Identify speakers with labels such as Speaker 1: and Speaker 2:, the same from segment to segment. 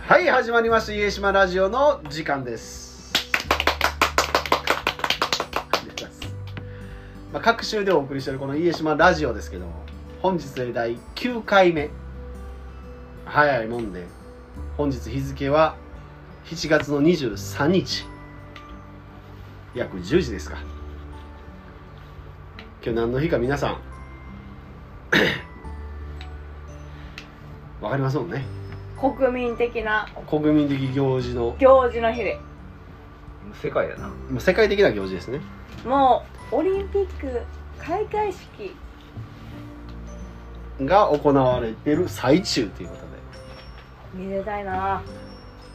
Speaker 1: はい始まりました家島ラジオの時間ですまあ、各週でお送りしているこの家島ラジオですけども本日で第9回目早いもんで本日日付は7月の23日約10時ですか今日何の日か皆さん わかりますもんね
Speaker 2: 国民的な
Speaker 1: 国民的行事の
Speaker 2: 行事の日で
Speaker 3: 世界やな
Speaker 1: まあ世界的な行事ですね
Speaker 2: もうオリンピック開会式
Speaker 1: が行われてる最中ということ
Speaker 2: 見れたいな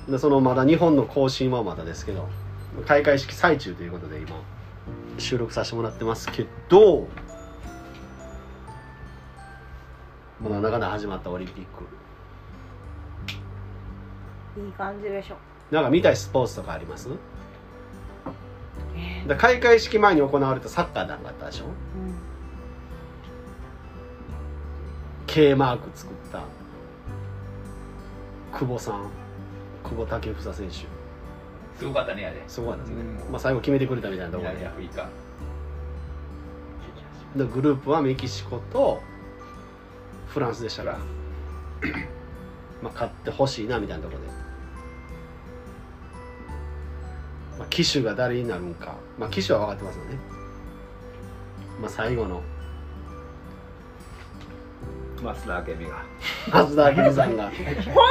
Speaker 1: ででそのまだ日本の更新はまだですけど開会式最中ということで今収録させてもらってますけどこの中で始まったオリンピック
Speaker 2: いい感じでしょ
Speaker 1: なんか見たいスポーツとかあります
Speaker 2: え
Speaker 1: だ開会式前に行われたサッカーなんかあったでしょ
Speaker 2: うん
Speaker 1: K マーク作った久保さん久保建英選手
Speaker 3: すごかったねあれ
Speaker 1: すごかったですね、
Speaker 3: うん
Speaker 1: まあ、最後決めてくれたみたいなところで
Speaker 3: 南アフリカ
Speaker 1: でグループはメキシコとフランスでしたから、まあ、勝ってほしいなみたいなところで、まあ、機種が誰になるんか、まあ、機種は分かってますよね、まあ、最後の
Speaker 3: 増田明美が
Speaker 1: 松田明美さんが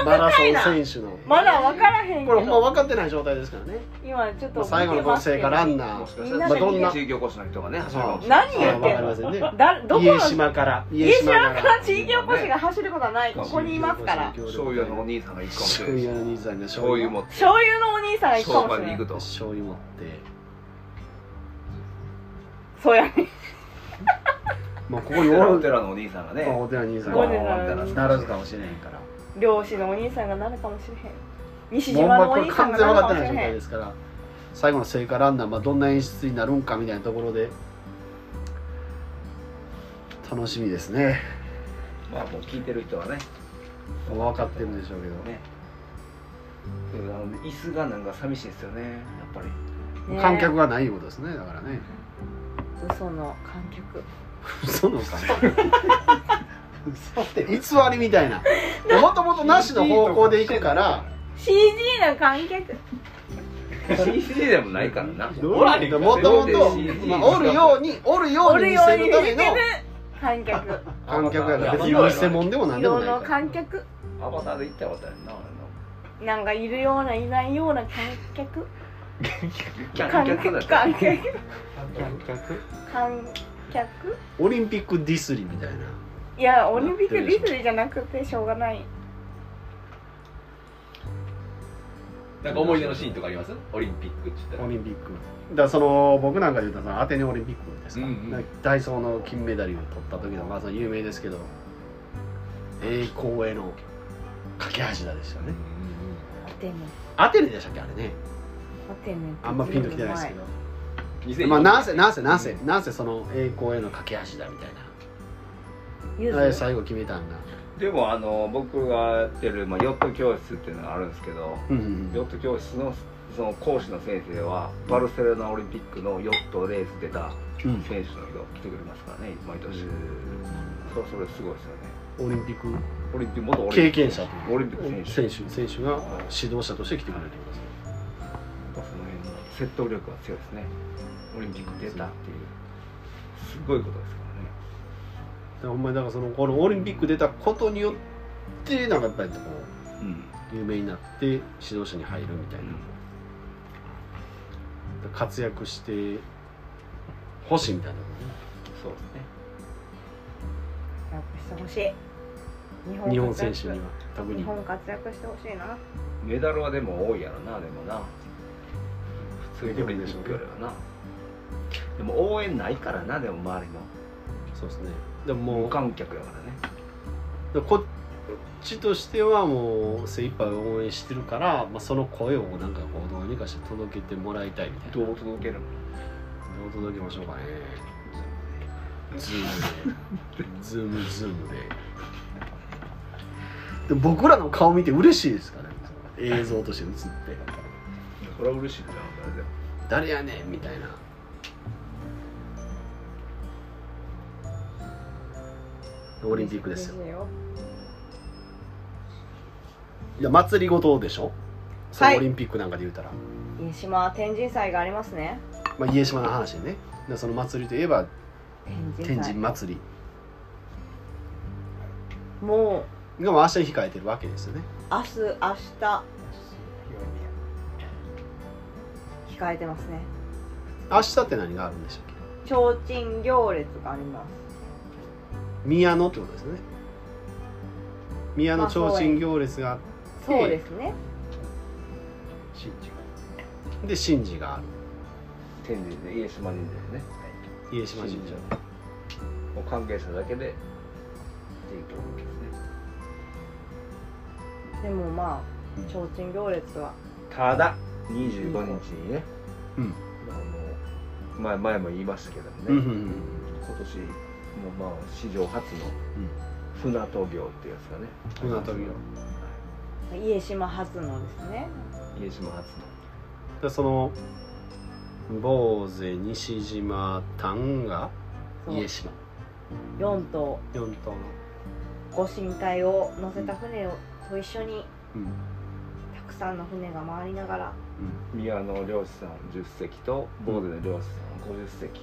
Speaker 1: マラソン選手の
Speaker 2: まだ分からへんけ
Speaker 1: これ
Speaker 2: ど
Speaker 1: ほんま分かってない状態ですからね、
Speaker 2: 今ちょっ
Speaker 1: まあ、
Speaker 2: と見て
Speaker 1: 最後のこ
Speaker 2: ま
Speaker 1: の
Speaker 2: すけ
Speaker 1: 聖
Speaker 2: ど
Speaker 1: 火ランナー
Speaker 3: もしか
Speaker 2: み
Speaker 3: し
Speaker 2: ん
Speaker 3: た
Speaker 2: な
Speaker 3: ら
Speaker 2: で
Speaker 3: ま
Speaker 2: 見
Speaker 3: あ
Speaker 2: て
Speaker 3: どんな地域おこしの人がね走るかもしれない
Speaker 2: 何言
Speaker 1: 分
Speaker 2: ってん
Speaker 1: かり
Speaker 2: の
Speaker 1: ませんね
Speaker 2: だどこの
Speaker 1: 家島から
Speaker 2: 家島から地
Speaker 3: 家島
Speaker 2: 域おこしが走ることはないこ
Speaker 3: ね
Speaker 2: こにいますから
Speaker 3: 醤油屋のお兄さんが行くかもし
Speaker 1: 醤
Speaker 3: れない
Speaker 1: 油の兄さんが
Speaker 3: 醤油持って
Speaker 2: 醤油のお兄さんが行くか
Speaker 3: 商
Speaker 2: もし
Speaker 3: 売
Speaker 2: れ
Speaker 3: に
Speaker 2: な
Speaker 3: 行
Speaker 2: い
Speaker 3: くと
Speaker 1: 醤油持って
Speaker 2: そうやね
Speaker 1: まあここにお
Speaker 3: お
Speaker 1: る
Speaker 3: 寺のお兄さんが ね
Speaker 1: まあお寺兄さん
Speaker 2: お
Speaker 1: が
Speaker 2: 寺
Speaker 1: ならずかもしれへんから
Speaker 2: 漁師のお兄さんがなるかもしれへん西
Speaker 1: もう
Speaker 2: 島のお
Speaker 1: これ
Speaker 2: 兄さん
Speaker 1: 完
Speaker 2: が
Speaker 1: 全
Speaker 2: な
Speaker 1: 分
Speaker 2: る
Speaker 1: か
Speaker 2: か
Speaker 1: っ
Speaker 2: も
Speaker 1: て
Speaker 2: し
Speaker 1: ない状態
Speaker 2: れへん
Speaker 1: ですから最後の聖火ランナー、まあ、どんな演出になるんかみたいなところで楽しみですね
Speaker 3: まあもう聞いてる人はね
Speaker 1: まあ分かってるんでしょうけど、
Speaker 3: ねでもあの椅子がなんか寂しいですよねやっぱり
Speaker 2: ね
Speaker 1: 観客がないいうことですねだからね
Speaker 2: 嘘の観客
Speaker 1: 嘘のか偽りみたいなもともとなしの方向でいくから、
Speaker 2: CG の観客
Speaker 3: CC でもないからな
Speaker 1: もともと、まあ、おるようにおるよ
Speaker 2: お
Speaker 1: うに
Speaker 2: る
Speaker 1: 見
Speaker 2: よ
Speaker 1: せ
Speaker 2: うに
Speaker 1: る
Speaker 2: 見
Speaker 1: た
Speaker 2: せ
Speaker 1: め
Speaker 2: てる
Speaker 1: の
Speaker 2: 観客
Speaker 1: 観客やから別に偽物でも何でも
Speaker 2: 色
Speaker 1: ない
Speaker 2: の
Speaker 1: から
Speaker 2: 観客
Speaker 3: アバターで行ったことあるな
Speaker 2: なんかいるようないないような観客
Speaker 3: 俺の
Speaker 2: 観
Speaker 3: だっ
Speaker 2: 客
Speaker 3: た
Speaker 2: 観客
Speaker 1: 客
Speaker 2: 観客
Speaker 1: オリンピックディスリみたいない
Speaker 2: やオリンピックリズムじゃなくてしょうがない
Speaker 4: なんか思い出のシーンとかありますオリンピックって言った
Speaker 1: オ
Speaker 4: ら。
Speaker 1: リンピックだからその僕なんかで言うとさアテネオリンピックですか,、
Speaker 4: うんうん
Speaker 1: ダイソーの金メダルを取った時のまあその有名ですけど栄光への架け橋だでしたよね
Speaker 2: アテネ
Speaker 1: アテネでしたっけあれね
Speaker 2: アテネ
Speaker 1: あんまピンときてないですけど
Speaker 4: 2004
Speaker 1: まあなんせなんせなんせ、なんせその栄光への架け橋だみたい
Speaker 2: ゆ
Speaker 1: な、あれ
Speaker 2: ず
Speaker 1: 最後決めたんだ
Speaker 3: でもあの僕がやってる、まあ、ヨット教室っていうのがあるんですけど
Speaker 1: うんう
Speaker 3: ヨ
Speaker 1: ん
Speaker 3: ット教室のその講師の先生はバルセロナオリンピックのヨットレース出た
Speaker 1: うん
Speaker 3: 選手の人来てくれますからね毎年そうそれすごいですよね
Speaker 1: オリンピック
Speaker 3: オリンピック元オリ
Speaker 1: 経
Speaker 3: ンピッ
Speaker 1: 験者と
Speaker 3: クオリンピック選手
Speaker 1: 選手選手が指導者として来てくれるってことですね
Speaker 3: その辺の説得力は強いですねオリンピック出たっていうすごいことですからね
Speaker 1: だからほんまにだからそのこのオリンピック出たことによってなんかやっぱりこう
Speaker 3: うん
Speaker 1: 有名になって指導者に入るみたいな活躍してほしいみたいなのね
Speaker 3: そうですね
Speaker 2: 活躍してほしい日本
Speaker 1: 日本
Speaker 2: 活
Speaker 1: 選
Speaker 2: 躍
Speaker 1: 手には特
Speaker 2: 日
Speaker 1: に
Speaker 2: 本活躍してほしいな
Speaker 3: メダルはでも多いやろなでもな普通にオリンピックよりはなでも応援ないからなでも周りの
Speaker 1: そうですねでもも
Speaker 3: 無
Speaker 1: うだか
Speaker 3: 観客やからね
Speaker 1: らこっちとしてはもう精一杯応援してるから、まあ、その声をなんかこうどうにかして届けてもらいたいみたいな
Speaker 3: どう届けるの
Speaker 1: どう届けましょうかねズームでズームズームでで僕らの顔見て嬉しいですからねえ映像として映って
Speaker 3: それは嬉しいなあれでも
Speaker 1: 誰やねんみたいなオリンピックですよ
Speaker 2: よ
Speaker 1: いや祭りごとでしょそ
Speaker 2: は
Speaker 1: れ
Speaker 2: い
Speaker 1: オリンピックなんかで言うたら、
Speaker 2: 家島天神祭がありますね
Speaker 1: まあ、家島の話でねでその祭りといえば
Speaker 2: 天神祭
Speaker 1: 天神祭
Speaker 2: もう
Speaker 1: りがまあ明日に控えてるわけですよね
Speaker 2: 明日明日控えてますね
Speaker 1: 明日って何があるんでしたっけ
Speaker 2: 提灯行列があります
Speaker 1: 宮野ってことですよね宮野
Speaker 2: まあそう
Speaker 1: 提
Speaker 2: や
Speaker 1: 灯行列があっ
Speaker 2: そうですね
Speaker 3: 新地
Speaker 1: てで神事がある
Speaker 3: 天神で家島神社でね
Speaker 1: 家島神社
Speaker 3: もう関係者だけでっていうと思うんですね
Speaker 2: でもまあ提灯行列は
Speaker 3: ただ25日にね、
Speaker 1: うん
Speaker 3: あの前前も言いましたけどもね、
Speaker 1: うんうんうん
Speaker 3: 今年もまあ史上初の船渡業ってやつがね
Speaker 1: 船渡業
Speaker 2: 家島初のですね
Speaker 3: 家島初の
Speaker 1: でその坊勢西島丹が
Speaker 2: そう
Speaker 1: 家島
Speaker 2: 4頭
Speaker 1: 四島の、
Speaker 2: ご神体を乗せた船をと一緒に
Speaker 1: うん
Speaker 2: たくさんの船が回りながら
Speaker 3: 宮野漁師さん10隻と坊勢の漁師さん50隻、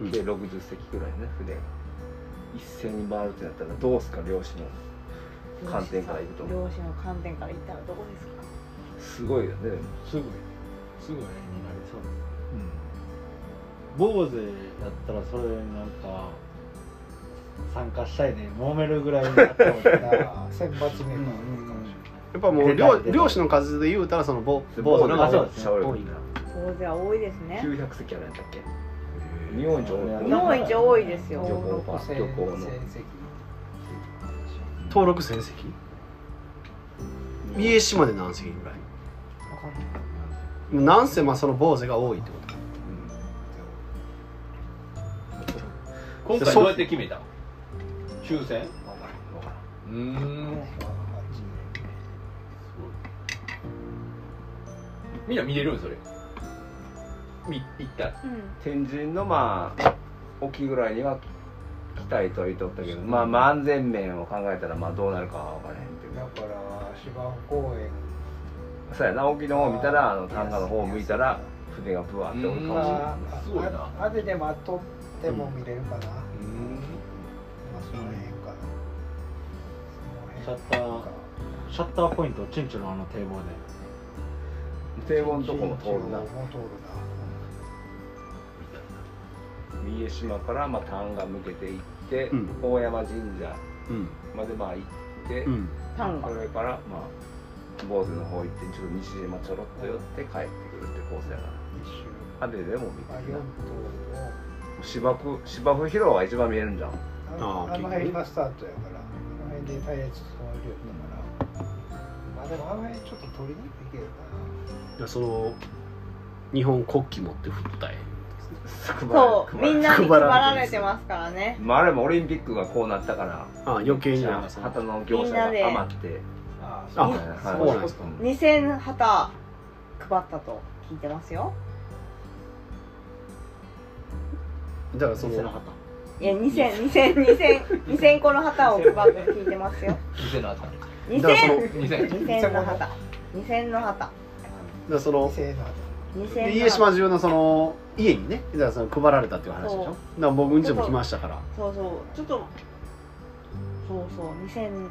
Speaker 1: うん
Speaker 3: で60隻ぐらいね船が一斉に回るってなったらどうすか漁師の観点からいくと
Speaker 2: 漁師の観点から言ったらどこですか
Speaker 3: すごいよねでも、
Speaker 5: すごいすごい絵になりそうです坊勢やったらそれなんか参加したいね揉めるぐらいになってほしいな
Speaker 6: 選抜メンバー
Speaker 5: うんうんうん
Speaker 1: やっぱもう
Speaker 5: 出た
Speaker 1: 漁
Speaker 5: い出たい
Speaker 1: 漁師の数で言うたらその坊
Speaker 3: で
Speaker 1: 坊勢の
Speaker 5: あ
Speaker 1: 方
Speaker 5: そ
Speaker 1: が
Speaker 5: うですね
Speaker 3: シャオリン
Speaker 1: 多いな
Speaker 2: 大勢は多いですね
Speaker 3: 900隻あるんだっけ日本一多い
Speaker 2: 日本一多いです
Speaker 3: 旅
Speaker 2: よ
Speaker 3: 行パス旅行の
Speaker 6: 成績
Speaker 1: 登録戦績家島で何隻ぐらい
Speaker 6: わかんない
Speaker 1: なんせまあその坊勢が多いってこと
Speaker 4: 今回どうやって決めた抽選
Speaker 3: 分からん分からん
Speaker 4: うーんみんな見れるんそれみ行ったら
Speaker 2: うん
Speaker 3: 天神のまあ沖ぐらいには来たいとは言っとったけどまあまあ安全面を考えたらまあどうなるかは分からへんっていう
Speaker 6: だ
Speaker 3: か
Speaker 6: から芝生公園
Speaker 3: そうやな沖の方見たらあの丹下の方向いたら船がブワーっておるかもしれない
Speaker 6: が
Speaker 4: すごいな
Speaker 6: あででもとっても見れるかな、まあその辺か
Speaker 5: シ
Speaker 6: なそ
Speaker 5: ャ
Speaker 6: の
Speaker 5: ッタ
Speaker 6: 辺
Speaker 5: ー
Speaker 6: か
Speaker 5: シャッターポイントチンチョのあの堤防で
Speaker 3: 堤防のとこも通るな
Speaker 6: もう通るな
Speaker 3: 三重島からまあ丹下向けて行って、
Speaker 1: うん
Speaker 3: 大山神社
Speaker 1: うん
Speaker 3: までまあ行って、
Speaker 1: うん
Speaker 2: タンが
Speaker 3: それからまあ坊主の方行ってちょっと西島ちょろっと寄って帰ってくるってコースやから
Speaker 6: 一周
Speaker 3: あれでも見
Speaker 6: まあ
Speaker 3: て
Speaker 6: 4
Speaker 3: る
Speaker 6: 頭
Speaker 3: な
Speaker 6: を
Speaker 3: 芝生芝生広場が一番見えるんじゃん
Speaker 6: あ
Speaker 1: あ
Speaker 6: の
Speaker 1: ー
Speaker 6: あの辺がスタートやからあの辺で隊列通るようだから、まあでもあの辺ちょっと取りにくいけどな
Speaker 1: じゃあその日本国旗持って振った絵
Speaker 2: そうみんなに
Speaker 1: 配
Speaker 2: 配
Speaker 1: ら
Speaker 2: ら
Speaker 1: れてる
Speaker 2: れてますからね
Speaker 3: まあ、あれもオリンピックがこうなったから
Speaker 1: あ余計になんかその
Speaker 3: 旗の業者が余って
Speaker 6: あ
Speaker 1: あ
Speaker 3: は
Speaker 1: そう
Speaker 3: い
Speaker 1: なんですか
Speaker 2: 2000旗配ったと聞いてますよ
Speaker 1: だからそ
Speaker 5: 店の
Speaker 1: の
Speaker 5: 旗
Speaker 2: いや2000 2000 2000個の旗を配ったと聞いてますよ
Speaker 4: 店の
Speaker 1: だ
Speaker 4: 後
Speaker 1: からその
Speaker 2: 2000
Speaker 1: だか
Speaker 4: 2000
Speaker 2: 2000の旗2000の旗
Speaker 1: らその
Speaker 6: せーの後
Speaker 2: 2000
Speaker 1: 家
Speaker 2: の旗
Speaker 1: 島中のその家にねだからその配られたっていう話でし
Speaker 2: そ
Speaker 1: ょ
Speaker 2: う
Speaker 1: だから僕んちも来ましたから
Speaker 2: そうそうちょっとそうそう2000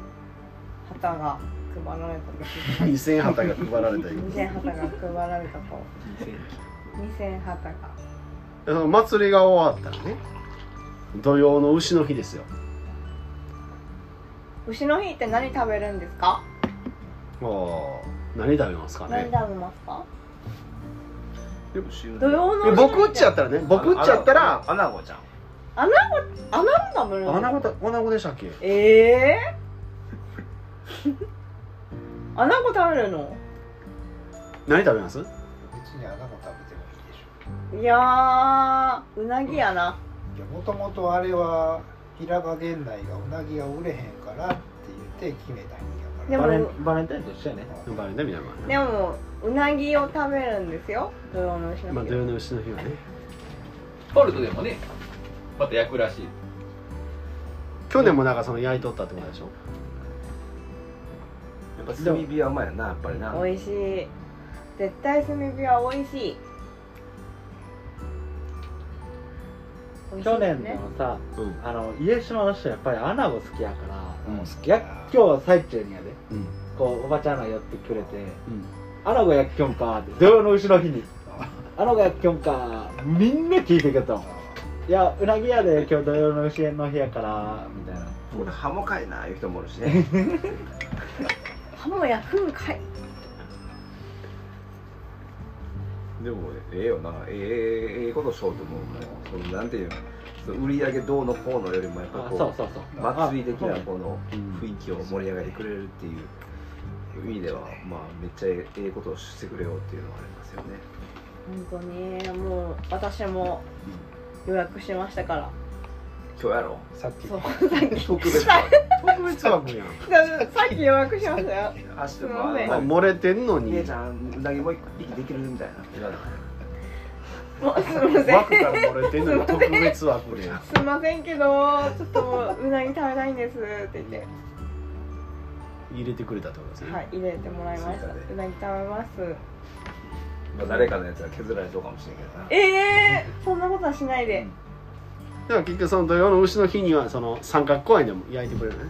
Speaker 2: 旗が配られたと聞いて
Speaker 1: 2000旗が配られたり
Speaker 2: ます2000旗が配られたと2000旗が
Speaker 1: その祭りが終わったらね土曜の牛の日ですよ
Speaker 2: 牛の日って何食べるんですか
Speaker 1: もう何食べますかね
Speaker 2: 何食べますか土
Speaker 3: 土
Speaker 2: 曜の
Speaker 1: 僕っちやったらね僕っちやったら
Speaker 3: アナゴちゃん
Speaker 2: 何食べるんです
Speaker 1: 穴子
Speaker 2: か
Speaker 1: だ穴子でしたっけ
Speaker 2: ええ ー、穴子食べるの
Speaker 1: 何食べます
Speaker 6: 別に穴子食べてもいいでしょ
Speaker 2: いやーうなぎやない
Speaker 6: やもともとあれは平賀源内がうなぎが売れへんからって言って決めたん
Speaker 2: で
Speaker 6: やか
Speaker 5: バレ
Speaker 2: も
Speaker 5: ンバレンタインと一緒やね
Speaker 1: 呼ばれね皆ま
Speaker 2: でもうなぎを食べるんですよ土用の丑
Speaker 1: まあ
Speaker 2: の日
Speaker 1: 土
Speaker 2: は
Speaker 1: 曜の牛の日はね
Speaker 4: ポルトでもねまた焼くらしい
Speaker 1: 去年もなんかその焼いとったってことでしょ
Speaker 3: やっぱ炭火はうまいやなやっぱりな
Speaker 2: 美味しい絶対炭火は美味しい美味しい
Speaker 5: 去年
Speaker 2: ね
Speaker 5: のさ
Speaker 1: うん
Speaker 5: あの家島の人やっぱりアナゴ好きやから
Speaker 1: うん
Speaker 6: 好き
Speaker 5: や
Speaker 6: や
Speaker 5: っきょう最中にやで
Speaker 1: うん
Speaker 5: こうおばちゃんが寄ってくれて
Speaker 1: うん
Speaker 5: 「アナゴやっきょんか」って土曜の後ろ日に
Speaker 6: あ
Speaker 5: 「アナゴやっきょんか」みんな聞いてくれたもんいやうなぎ屋で今日土曜の後ろの日やからみたいな
Speaker 3: 俺ハモかいないう人もおるしね
Speaker 2: ハモ焼くんかい
Speaker 3: でもええよなええええええことしようと思うもうそのなんていうのその売り上げどうのこうのよりもやっぱ
Speaker 5: あ
Speaker 3: こう
Speaker 5: そうそうそう
Speaker 3: 祭り的な
Speaker 5: あ
Speaker 3: この雰囲気を盛り上げてくれるっていう意味では、まあ、めっちゃええことをしてくれようっていうのはありますよね。
Speaker 2: 本当にもう私も予約しましたから
Speaker 3: 今日やろ
Speaker 6: さっき
Speaker 2: そう
Speaker 3: 特別版
Speaker 1: 特別枠やん
Speaker 2: さっき予約しましたよ
Speaker 3: 明日も
Speaker 2: すいません
Speaker 1: ま
Speaker 3: あ
Speaker 1: あ
Speaker 3: の
Speaker 1: 漏れてんのに
Speaker 3: 姉ちゃんうなぎもう一匹できるみたいな言わなかっ
Speaker 2: もうすいません
Speaker 1: 枠から漏れてんのに特別枠やん
Speaker 2: すいませんけどちょっともううなぎ食べたいんですって言って
Speaker 1: 入れてくれたってことですね、
Speaker 2: はい入れてもらいました
Speaker 3: 追加で
Speaker 2: うなぎ食べます
Speaker 3: たまあ誰かのやつは削られそうかもしれんけどな
Speaker 2: ええー、そんなことはしないで、
Speaker 1: だから結局その土曜の牛の日にはその三角公園でも焼いてくれるね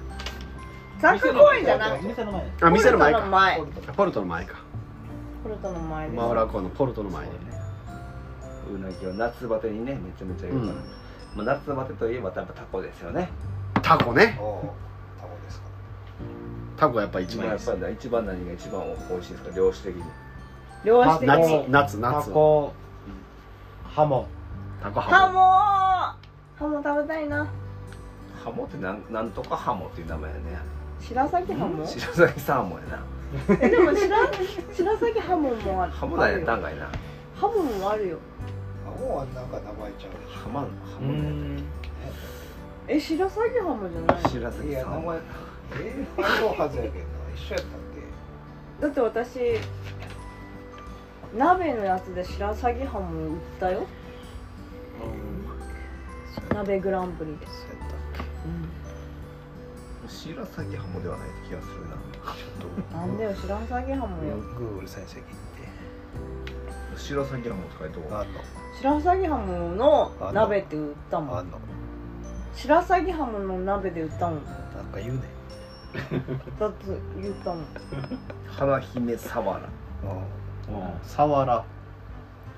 Speaker 2: 雑貨公園じゃなくて
Speaker 5: 店の前に
Speaker 1: あ店の前
Speaker 2: ポルトの
Speaker 1: か
Speaker 2: 前
Speaker 1: ポルトの前か
Speaker 2: ポルトの前です
Speaker 1: マウラ港のポルトの前で
Speaker 3: うなぎを夏バテにねめちゃめちゃ言うから、まあ、夏バテといえばやっぱタコですよね、
Speaker 1: タコね
Speaker 6: おうタコですか
Speaker 1: タコやっぱ一
Speaker 3: まあ、
Speaker 1: 番いいで
Speaker 3: やっ
Speaker 1: す
Speaker 3: ぱりな一番何が一番美味しいですか漁師的に
Speaker 2: 両足的
Speaker 5: ま
Speaker 1: 夏
Speaker 2: に
Speaker 1: 夏
Speaker 5: タ
Speaker 1: 夏
Speaker 5: コハモ
Speaker 1: タコ
Speaker 2: ハ
Speaker 1: ハモ
Speaker 2: モハモ食べたいな
Speaker 3: ハモってなんなんとかハモっていう名前やね
Speaker 2: 白崎ハモ
Speaker 3: 白崎サーモンや
Speaker 2: えでも白白崎ハモもあ
Speaker 3: な
Speaker 2: る
Speaker 3: ハモなんやった
Speaker 2: ハ
Speaker 3: んかいな
Speaker 2: モもあるよ
Speaker 6: あもうなんか名前ちゃうでし
Speaker 3: ハマンハモなんやったっけ
Speaker 2: え白崎ハモじゃない
Speaker 3: 白
Speaker 6: ょい
Speaker 3: 崎
Speaker 6: や
Speaker 3: さ
Speaker 6: 名
Speaker 3: ん
Speaker 6: 前えー、あそうはずやけどな一緒やったっ
Speaker 2: だって私鍋のやつで白崎ハモ売ったよ鍋グランプリで
Speaker 3: 白崎ハモではない気がするな
Speaker 2: なんでよ白崎ハモ
Speaker 6: けいや
Speaker 2: よ
Speaker 6: グーグル先生聞いて
Speaker 3: 白崎ハモって書いておこ
Speaker 6: あんの
Speaker 2: 白崎ハモの鍋って売ったも
Speaker 6: あ
Speaker 2: ん
Speaker 6: んの
Speaker 2: 白崎ハモの鍋で売ったもんだ
Speaker 6: なんか言うね
Speaker 2: って言ったもん
Speaker 3: う花姫サワラ
Speaker 6: う
Speaker 1: サワラ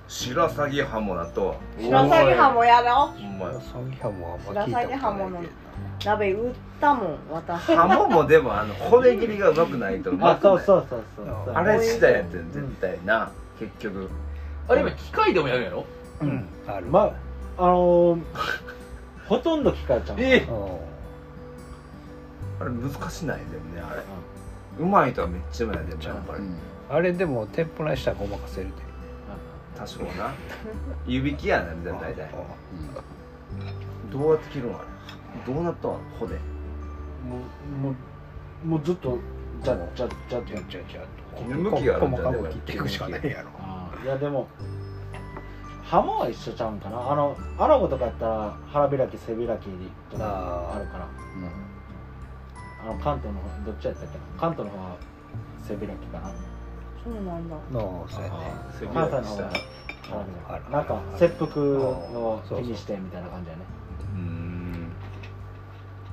Speaker 3: 白崎ハモだと
Speaker 2: 白鷺ハモやろ
Speaker 3: ほんまや
Speaker 6: ん白鷺ハモはあんま聞いたことない
Speaker 2: 白鷺
Speaker 6: け
Speaker 2: ハモ
Speaker 6: ど
Speaker 2: の
Speaker 6: な
Speaker 2: 鍋売ったもん私
Speaker 3: ハモもでもあの骨切りがうまくないとうま
Speaker 5: あ
Speaker 3: くない
Speaker 5: そうそうそうそうそう
Speaker 3: あれ次第やってん絶対な結局
Speaker 4: あれ今機械でもやるんやろ
Speaker 6: うんある
Speaker 5: まああのー ほとんど聞かれちゃう
Speaker 4: え
Speaker 6: う
Speaker 3: あれ難しないでもねあれうまいとはめっちゃうまいでもやっぱり
Speaker 6: んあれでも天ぷらにしたらごまかせるで
Speaker 3: 多少な湯引きやなみたいな大体
Speaker 6: う
Speaker 3: どうやって切るのあれどうなったの骨
Speaker 5: もうもうもうずっとじゃっじゃっじゃっ
Speaker 6: ん
Speaker 5: じ
Speaker 6: じ
Speaker 5: ゃっ
Speaker 6: ゃあじゃあじゃあ
Speaker 3: この向きがあるんじゃ
Speaker 6: 細
Speaker 3: ない
Speaker 6: かく切っていくしかないやろ
Speaker 5: あーいやでもハモは一緒ちゃうんかなあのアラゴとかやったら腹開き背開きとかあるからあの関東の方どっちやったっけな関東の方は背開きかな
Speaker 2: そうなんだ
Speaker 6: のそうやね
Speaker 3: 背開き
Speaker 5: 関西の方は
Speaker 3: した
Speaker 5: 腹開きだ
Speaker 6: あ
Speaker 5: から
Speaker 6: る
Speaker 5: なんか
Speaker 6: ある
Speaker 5: 切腹を気にしてみたいな感じやね
Speaker 3: うん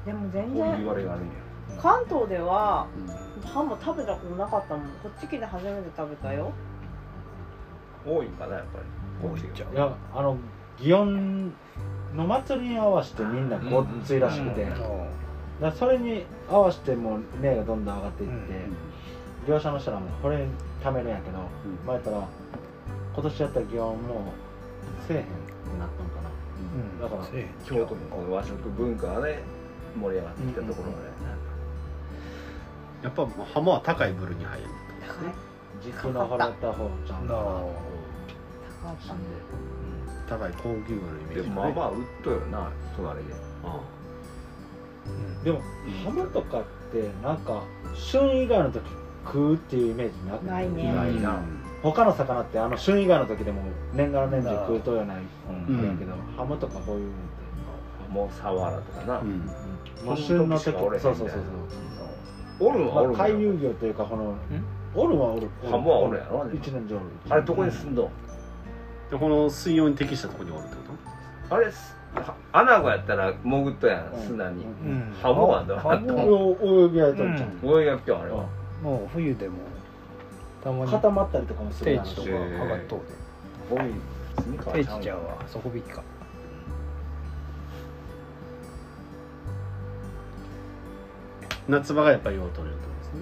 Speaker 2: でも全
Speaker 3: こういう言
Speaker 2: 然
Speaker 3: われがあるんや
Speaker 2: 関東では
Speaker 6: うん
Speaker 2: ハモ食べたことなかったもんこっち来て初めて食べたよ
Speaker 3: 多いんかなやっぱり
Speaker 6: 多いんちゃう
Speaker 5: いやあの祇園の祭りに合わせてみんなごっついらしくて、
Speaker 3: うん
Speaker 5: だか
Speaker 6: うん
Speaker 5: らそれに合わせてもう霊がどんどん上がっていって、業者の人らもこれ貯めるんやけど、
Speaker 1: うん
Speaker 5: 前から今年やったら祇園もうせえへんってなったんかな
Speaker 6: うん
Speaker 5: だから
Speaker 6: せえへん
Speaker 3: 京都のこの和食文化がね盛り上がってきたところがね
Speaker 1: やっぱもうハモは高い部類に入る
Speaker 5: 時給の払った方ちゃん
Speaker 6: な
Speaker 5: と
Speaker 2: 高
Speaker 6: あ
Speaker 2: かったね
Speaker 1: 高い高級部のイメー
Speaker 3: で
Speaker 1: ジ
Speaker 3: もまあまあ売っとよな隣で
Speaker 1: あ
Speaker 5: でもハムとかってなんか旬以外の時食うっていうイメージなくて
Speaker 2: ないね
Speaker 3: ないな
Speaker 5: 他の魚ってあの旬以外の時でも年がら年中食うとうやないうんやけど、ハムとかこういうの
Speaker 3: もうサワラとかな、
Speaker 1: うん
Speaker 5: ってもう旬の
Speaker 3: この時し
Speaker 5: 時
Speaker 3: かおれへんみたいな
Speaker 5: そうそうそうそう
Speaker 3: おるんはお
Speaker 5: ま
Speaker 3: る
Speaker 5: あ、
Speaker 3: んやろ
Speaker 5: 海遊魚というかこのおるはおる
Speaker 3: ハムはおるやろ
Speaker 5: 一年中おる
Speaker 3: あれどこに住んどん
Speaker 1: でこの水温に適したところにおるってこと
Speaker 3: あれすアナゴやったら潜っとやん砂に、ハムはどうなっ
Speaker 6: ハム
Speaker 3: と
Speaker 6: は
Speaker 3: ん
Speaker 5: お泳ぎやりとっちゃ
Speaker 6: うん
Speaker 5: う
Speaker 3: おいやっぴょんあれは
Speaker 6: もう冬でもたまに
Speaker 5: 固まったりとかもする
Speaker 6: 定
Speaker 5: やん
Speaker 6: 置とか
Speaker 3: へ
Speaker 6: 上
Speaker 3: ー
Speaker 6: がっとう
Speaker 3: ゴミ住みか
Speaker 6: で定置ちゃうわ底引きか
Speaker 1: 夏場がやっぱり用を取れるってことですね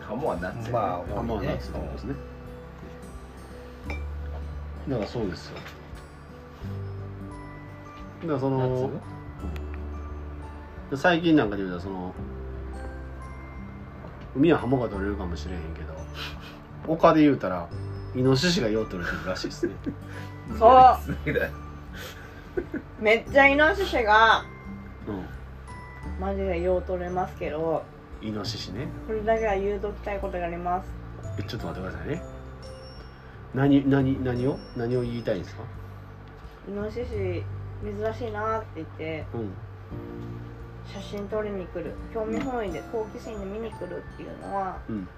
Speaker 3: ハモは夏や
Speaker 6: まあ
Speaker 1: あんま
Speaker 6: 多いね
Speaker 1: 夏ってことですねだからそうですよだからそので最近なんかで言うとその海はハモが取れるかもしれへんけど 丘で言うたらイノシシが用取れてるらしいですね
Speaker 2: そう
Speaker 3: すげえ
Speaker 2: めっちゃイノシシが
Speaker 1: う
Speaker 2: マジで用取れますけど
Speaker 1: んイノシシね
Speaker 2: これだけは言うときたいことがあります
Speaker 1: えちょっと待ってくださいね何何何を何を言いたいんですか
Speaker 2: イノシシ珍しいなって言って
Speaker 1: うん
Speaker 2: 写真撮りに来る興味本位で好奇心で見に来るっていうのは
Speaker 1: うん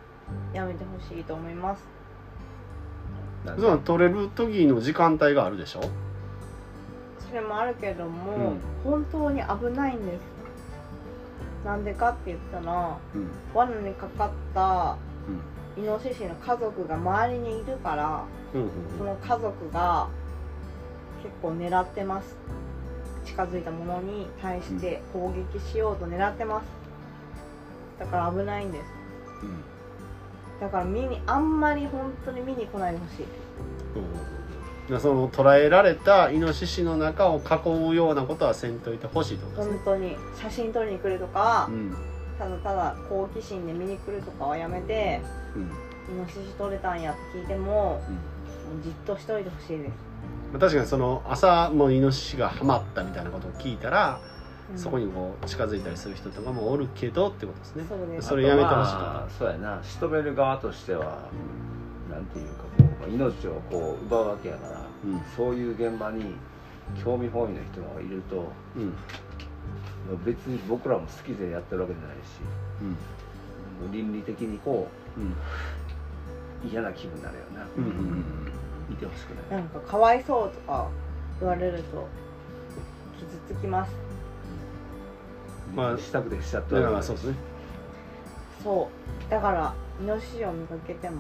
Speaker 2: やめてほしいと思います
Speaker 3: なん
Speaker 1: そ
Speaker 3: で
Speaker 1: の取れる時の時間帯があるでしょ
Speaker 2: それもあるけど
Speaker 1: う
Speaker 2: も、
Speaker 1: ん
Speaker 2: 本当に危ないんですなんでかって言ったら
Speaker 1: うん
Speaker 2: 罠にかかったイノシシの家族が周りにいるから
Speaker 1: うんうん
Speaker 2: その家族が結構狙ってます近づいたものに対して攻撃しようと狙ってますだから危ないんです
Speaker 1: うん
Speaker 2: だから見にあんまり本当に見に来ないでほしい
Speaker 1: うん、その捉えられたイノシシの中を囲うようなことはせんといてほしいってことですね
Speaker 2: 本、当に写真撮りに来るとか
Speaker 1: うん
Speaker 2: ただただ好奇心で見に来るとかはやめて
Speaker 1: うん
Speaker 2: イノシシ取れたんやって聞いても,、
Speaker 1: うん
Speaker 2: もうじっとしといてほしいです、
Speaker 1: まあ、確かにその朝もイノシシがハマったみたいなことを聞いたら、
Speaker 2: うん
Speaker 1: そこにこう近づいたりする人とかもおるけどってことですね
Speaker 2: そうです
Speaker 1: それやめてほしい
Speaker 3: あとまあそうやな仕留める側としてはなんていうかこう命をこう奪うわけやから
Speaker 1: うん
Speaker 3: そういう現場に興味本位の人がいると
Speaker 1: うん
Speaker 3: 別に僕らも好きでやってるわけじゃないし
Speaker 1: うん
Speaker 3: 倫理的にこ
Speaker 1: うん
Speaker 3: う嫌な気分になるよな、
Speaker 1: うんうん
Speaker 3: 見てほしくない
Speaker 2: なんかかわいそうとか言われると傷つきます
Speaker 1: まあ
Speaker 3: したくてしちゃっ
Speaker 1: だ
Speaker 3: た
Speaker 1: からそうですね
Speaker 2: そうだからイノシシを見かけても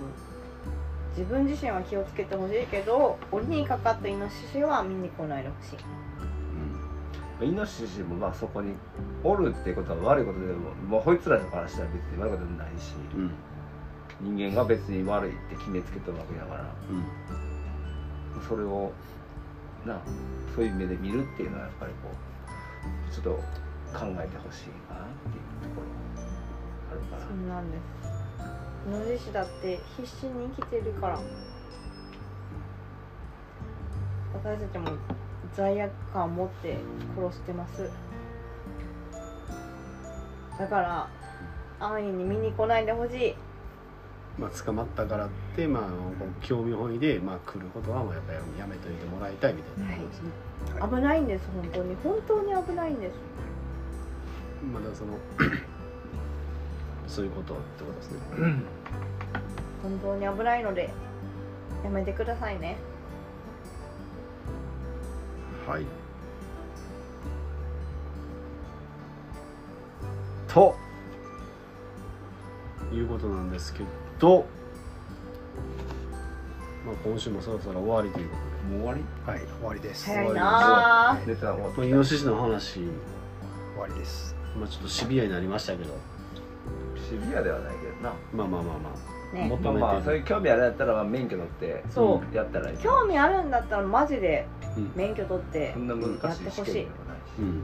Speaker 2: 自分自身は気をつけてほしいけど檻にかかったイノシシは見に来ないでほしい
Speaker 3: イノシシもまあそこにおるっていうことは悪いことでももうこいつらからしたら別に悪いことないし
Speaker 1: うんうん
Speaker 3: 人間が別に悪いって決めつけてるわけだからそれをなそういう目で見るっていうのはやっぱりこうちょっと考えてほしいかなっていうところあるか
Speaker 2: そ
Speaker 3: ら
Speaker 2: うなんですイノシシだって必死に生きてるから私たちも罪悪感を持って殺してますだから安易に見に来ないでほしい
Speaker 1: まあ、捕まったからって、まあ、こう興味本位で、まあ、来ることはもうやっぱりやめといてもらいたいみたいなことですね、
Speaker 2: 危ないんです本当に本当に危ないんです
Speaker 1: まだそのそういうことってことですね
Speaker 2: 本当に危ないのでやめてくださいね
Speaker 1: はいということなんですけど、まあ、今週もそろそろ終わりというこ
Speaker 3: もう終わり
Speaker 6: はい終わりです
Speaker 2: 早い
Speaker 6: 終
Speaker 2: な
Speaker 3: ネタは終わっ
Speaker 1: とで、まあ、イノシシの話、
Speaker 6: わりです
Speaker 1: まあ、ちょっとシビアになりましたけど
Speaker 3: シビアではないけどな
Speaker 1: まあまあまあま
Speaker 2: あ
Speaker 1: あ、
Speaker 2: ね
Speaker 1: 求
Speaker 3: まあ
Speaker 1: めて、
Speaker 3: まあそういう興味あるやったらまあ免許取って
Speaker 2: そう
Speaker 3: やったらいい
Speaker 2: 興味あるんだったらマジで
Speaker 1: うん
Speaker 2: 免許取って
Speaker 3: そんな難しい試験ではないし
Speaker 1: うん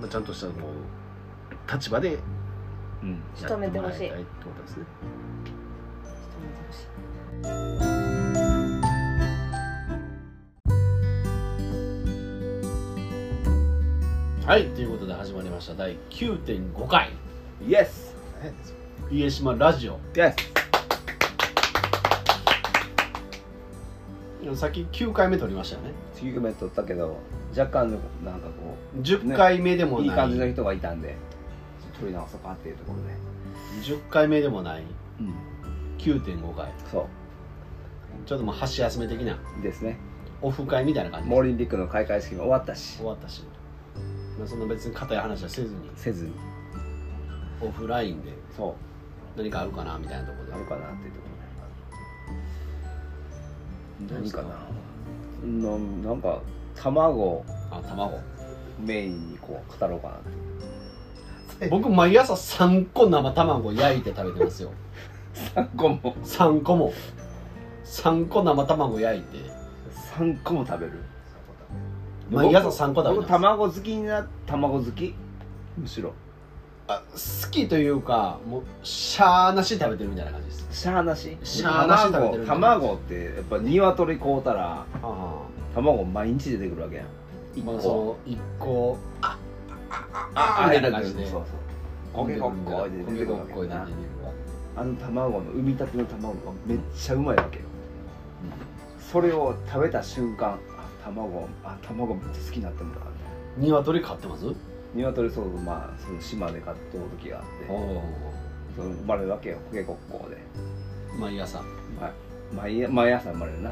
Speaker 1: まあ、ちゃんとしたこう立場で
Speaker 3: うん
Speaker 2: 仕留めてほしい
Speaker 1: やってもらいたいってことですね
Speaker 2: 人見てほしい
Speaker 1: はいということで始まりました第9.5回
Speaker 3: イエス
Speaker 6: 大変ですよ
Speaker 1: 家島ラジオ
Speaker 3: イエス
Speaker 1: さっき9回目撮りましたよね
Speaker 3: 次組取ったけど若干のなんかこ
Speaker 1: 10回目でも
Speaker 3: ういい
Speaker 1: ない
Speaker 3: 感じの人がいたんで取り直そうかっていうところで
Speaker 1: 10回目でもない
Speaker 3: うん
Speaker 1: 9.5回
Speaker 3: そ
Speaker 1: ちょっともう箸休め的な
Speaker 3: うですね
Speaker 1: オフ会みたいな感じ
Speaker 3: もうオリンピックの開会式も終わったし
Speaker 1: 終わったし、まあ、そんな別に硬い話はせずに
Speaker 3: せずに
Speaker 1: オフラインで
Speaker 3: そ
Speaker 1: 何かあるかなみたいなところ
Speaker 3: う
Speaker 1: で
Speaker 3: なるかなっていうところで
Speaker 1: どうで
Speaker 3: 何
Speaker 1: すか
Speaker 3: かなうんなんか卵
Speaker 1: あ卵
Speaker 3: メインにこう語ろうかなって
Speaker 1: 僕毎朝3個生卵焼いて食べてます よ
Speaker 3: 3個も
Speaker 1: 3個も3個生卵焼いて
Speaker 3: 3個も食べる
Speaker 1: 毎朝3個食べ
Speaker 3: 僕
Speaker 1: てます
Speaker 3: 卵好きにな卵好きむしろ
Speaker 1: あ好きというかもうシャーなし食べてるみたいな感じです
Speaker 3: しゃーなし
Speaker 1: しゃーなし食べてる
Speaker 3: 卵卵ってやっぱ鶏買うたら
Speaker 1: あ
Speaker 3: 卵毎日出てくるわけやん
Speaker 1: あ
Speaker 3: 一
Speaker 1: まあ
Speaker 3: 個
Speaker 1: そう1個
Speaker 3: あ
Speaker 1: みたいな感じで
Speaker 3: そうそうコケコッコーって出てくる
Speaker 1: こ
Speaker 3: わ
Speaker 1: っ
Speaker 3: け
Speaker 1: こい
Speaker 3: や
Speaker 1: な
Speaker 3: なあの卵の産みたての卵がめっちゃうまいわけよ、それを食べた瞬間あ卵あ卵めっちゃ好きになってもらうみたいな
Speaker 1: 鶏飼ってます
Speaker 3: 鶏そうまあその島で買っておる時があってその生まれるわけよコケコッコーで
Speaker 1: 毎朝
Speaker 3: ま毎毎朝生まれるな